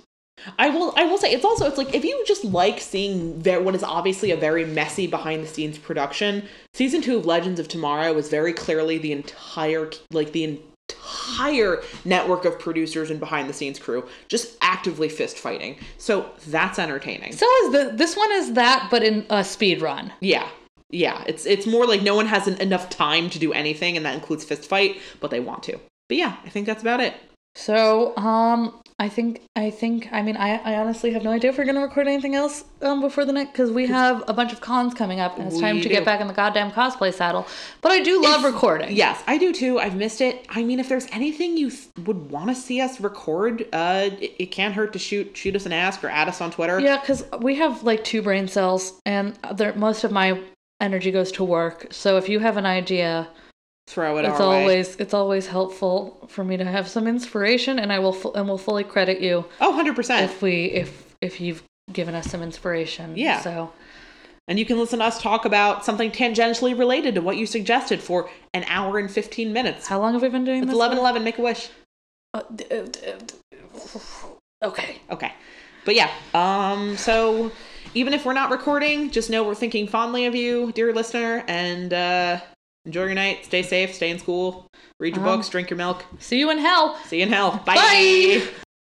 I will. I will say it's also. It's like if you just like seeing ver- what is obviously a very messy behind the scenes production. Season two of Legends of Tomorrow was very clearly the entire like the entire network of producers and behind the scenes crew just actively fist fighting. So that's entertaining.
so is the this one is that but in a speed run
yeah, yeah. It's it's more like no one has en- enough time to do anything, and that includes fist fight, but they want to. But yeah, I think that's about it.
so um i think i think i mean i, I honestly have no idea if we're going to record anything else um before the next because we have a bunch of cons coming up and it's time
We
to
do.
get back in the goddamn cosplay saddle but i do love
If-
recording
Yes, I do too. I've missed it. I mean, if there's anything you th- would want to see us record, uh, it, it can't hurt to shoot shoot us an ask or add us on Twitter.
Yeah, because we have like two brain cells, and they're- most of my energy goes to work. So if you have an idea,
Throw it
it's
our way.
always it's always helpful for me to have some inspiration, and I will fu- and will fully credit you
Oh, 100%.
if we if if you've given us some inspiration.
Yeah.
So
And you can listen to us talk about something tangentially related to what you suggested for an hour and 15 minutes.
how long have we been doing
It's
this?
11 11. Make a wish.
Uh, d- uh, d- uh, d- okay.
Okay. But yeah, um, so Even if we're not recording, just know we're thinking fondly of you, dear listener, and uh, enjoy your night. Stay safe, stay in school, read your
Um,
books, drink your milk.
See you in hell.
See you in hell.
Bye.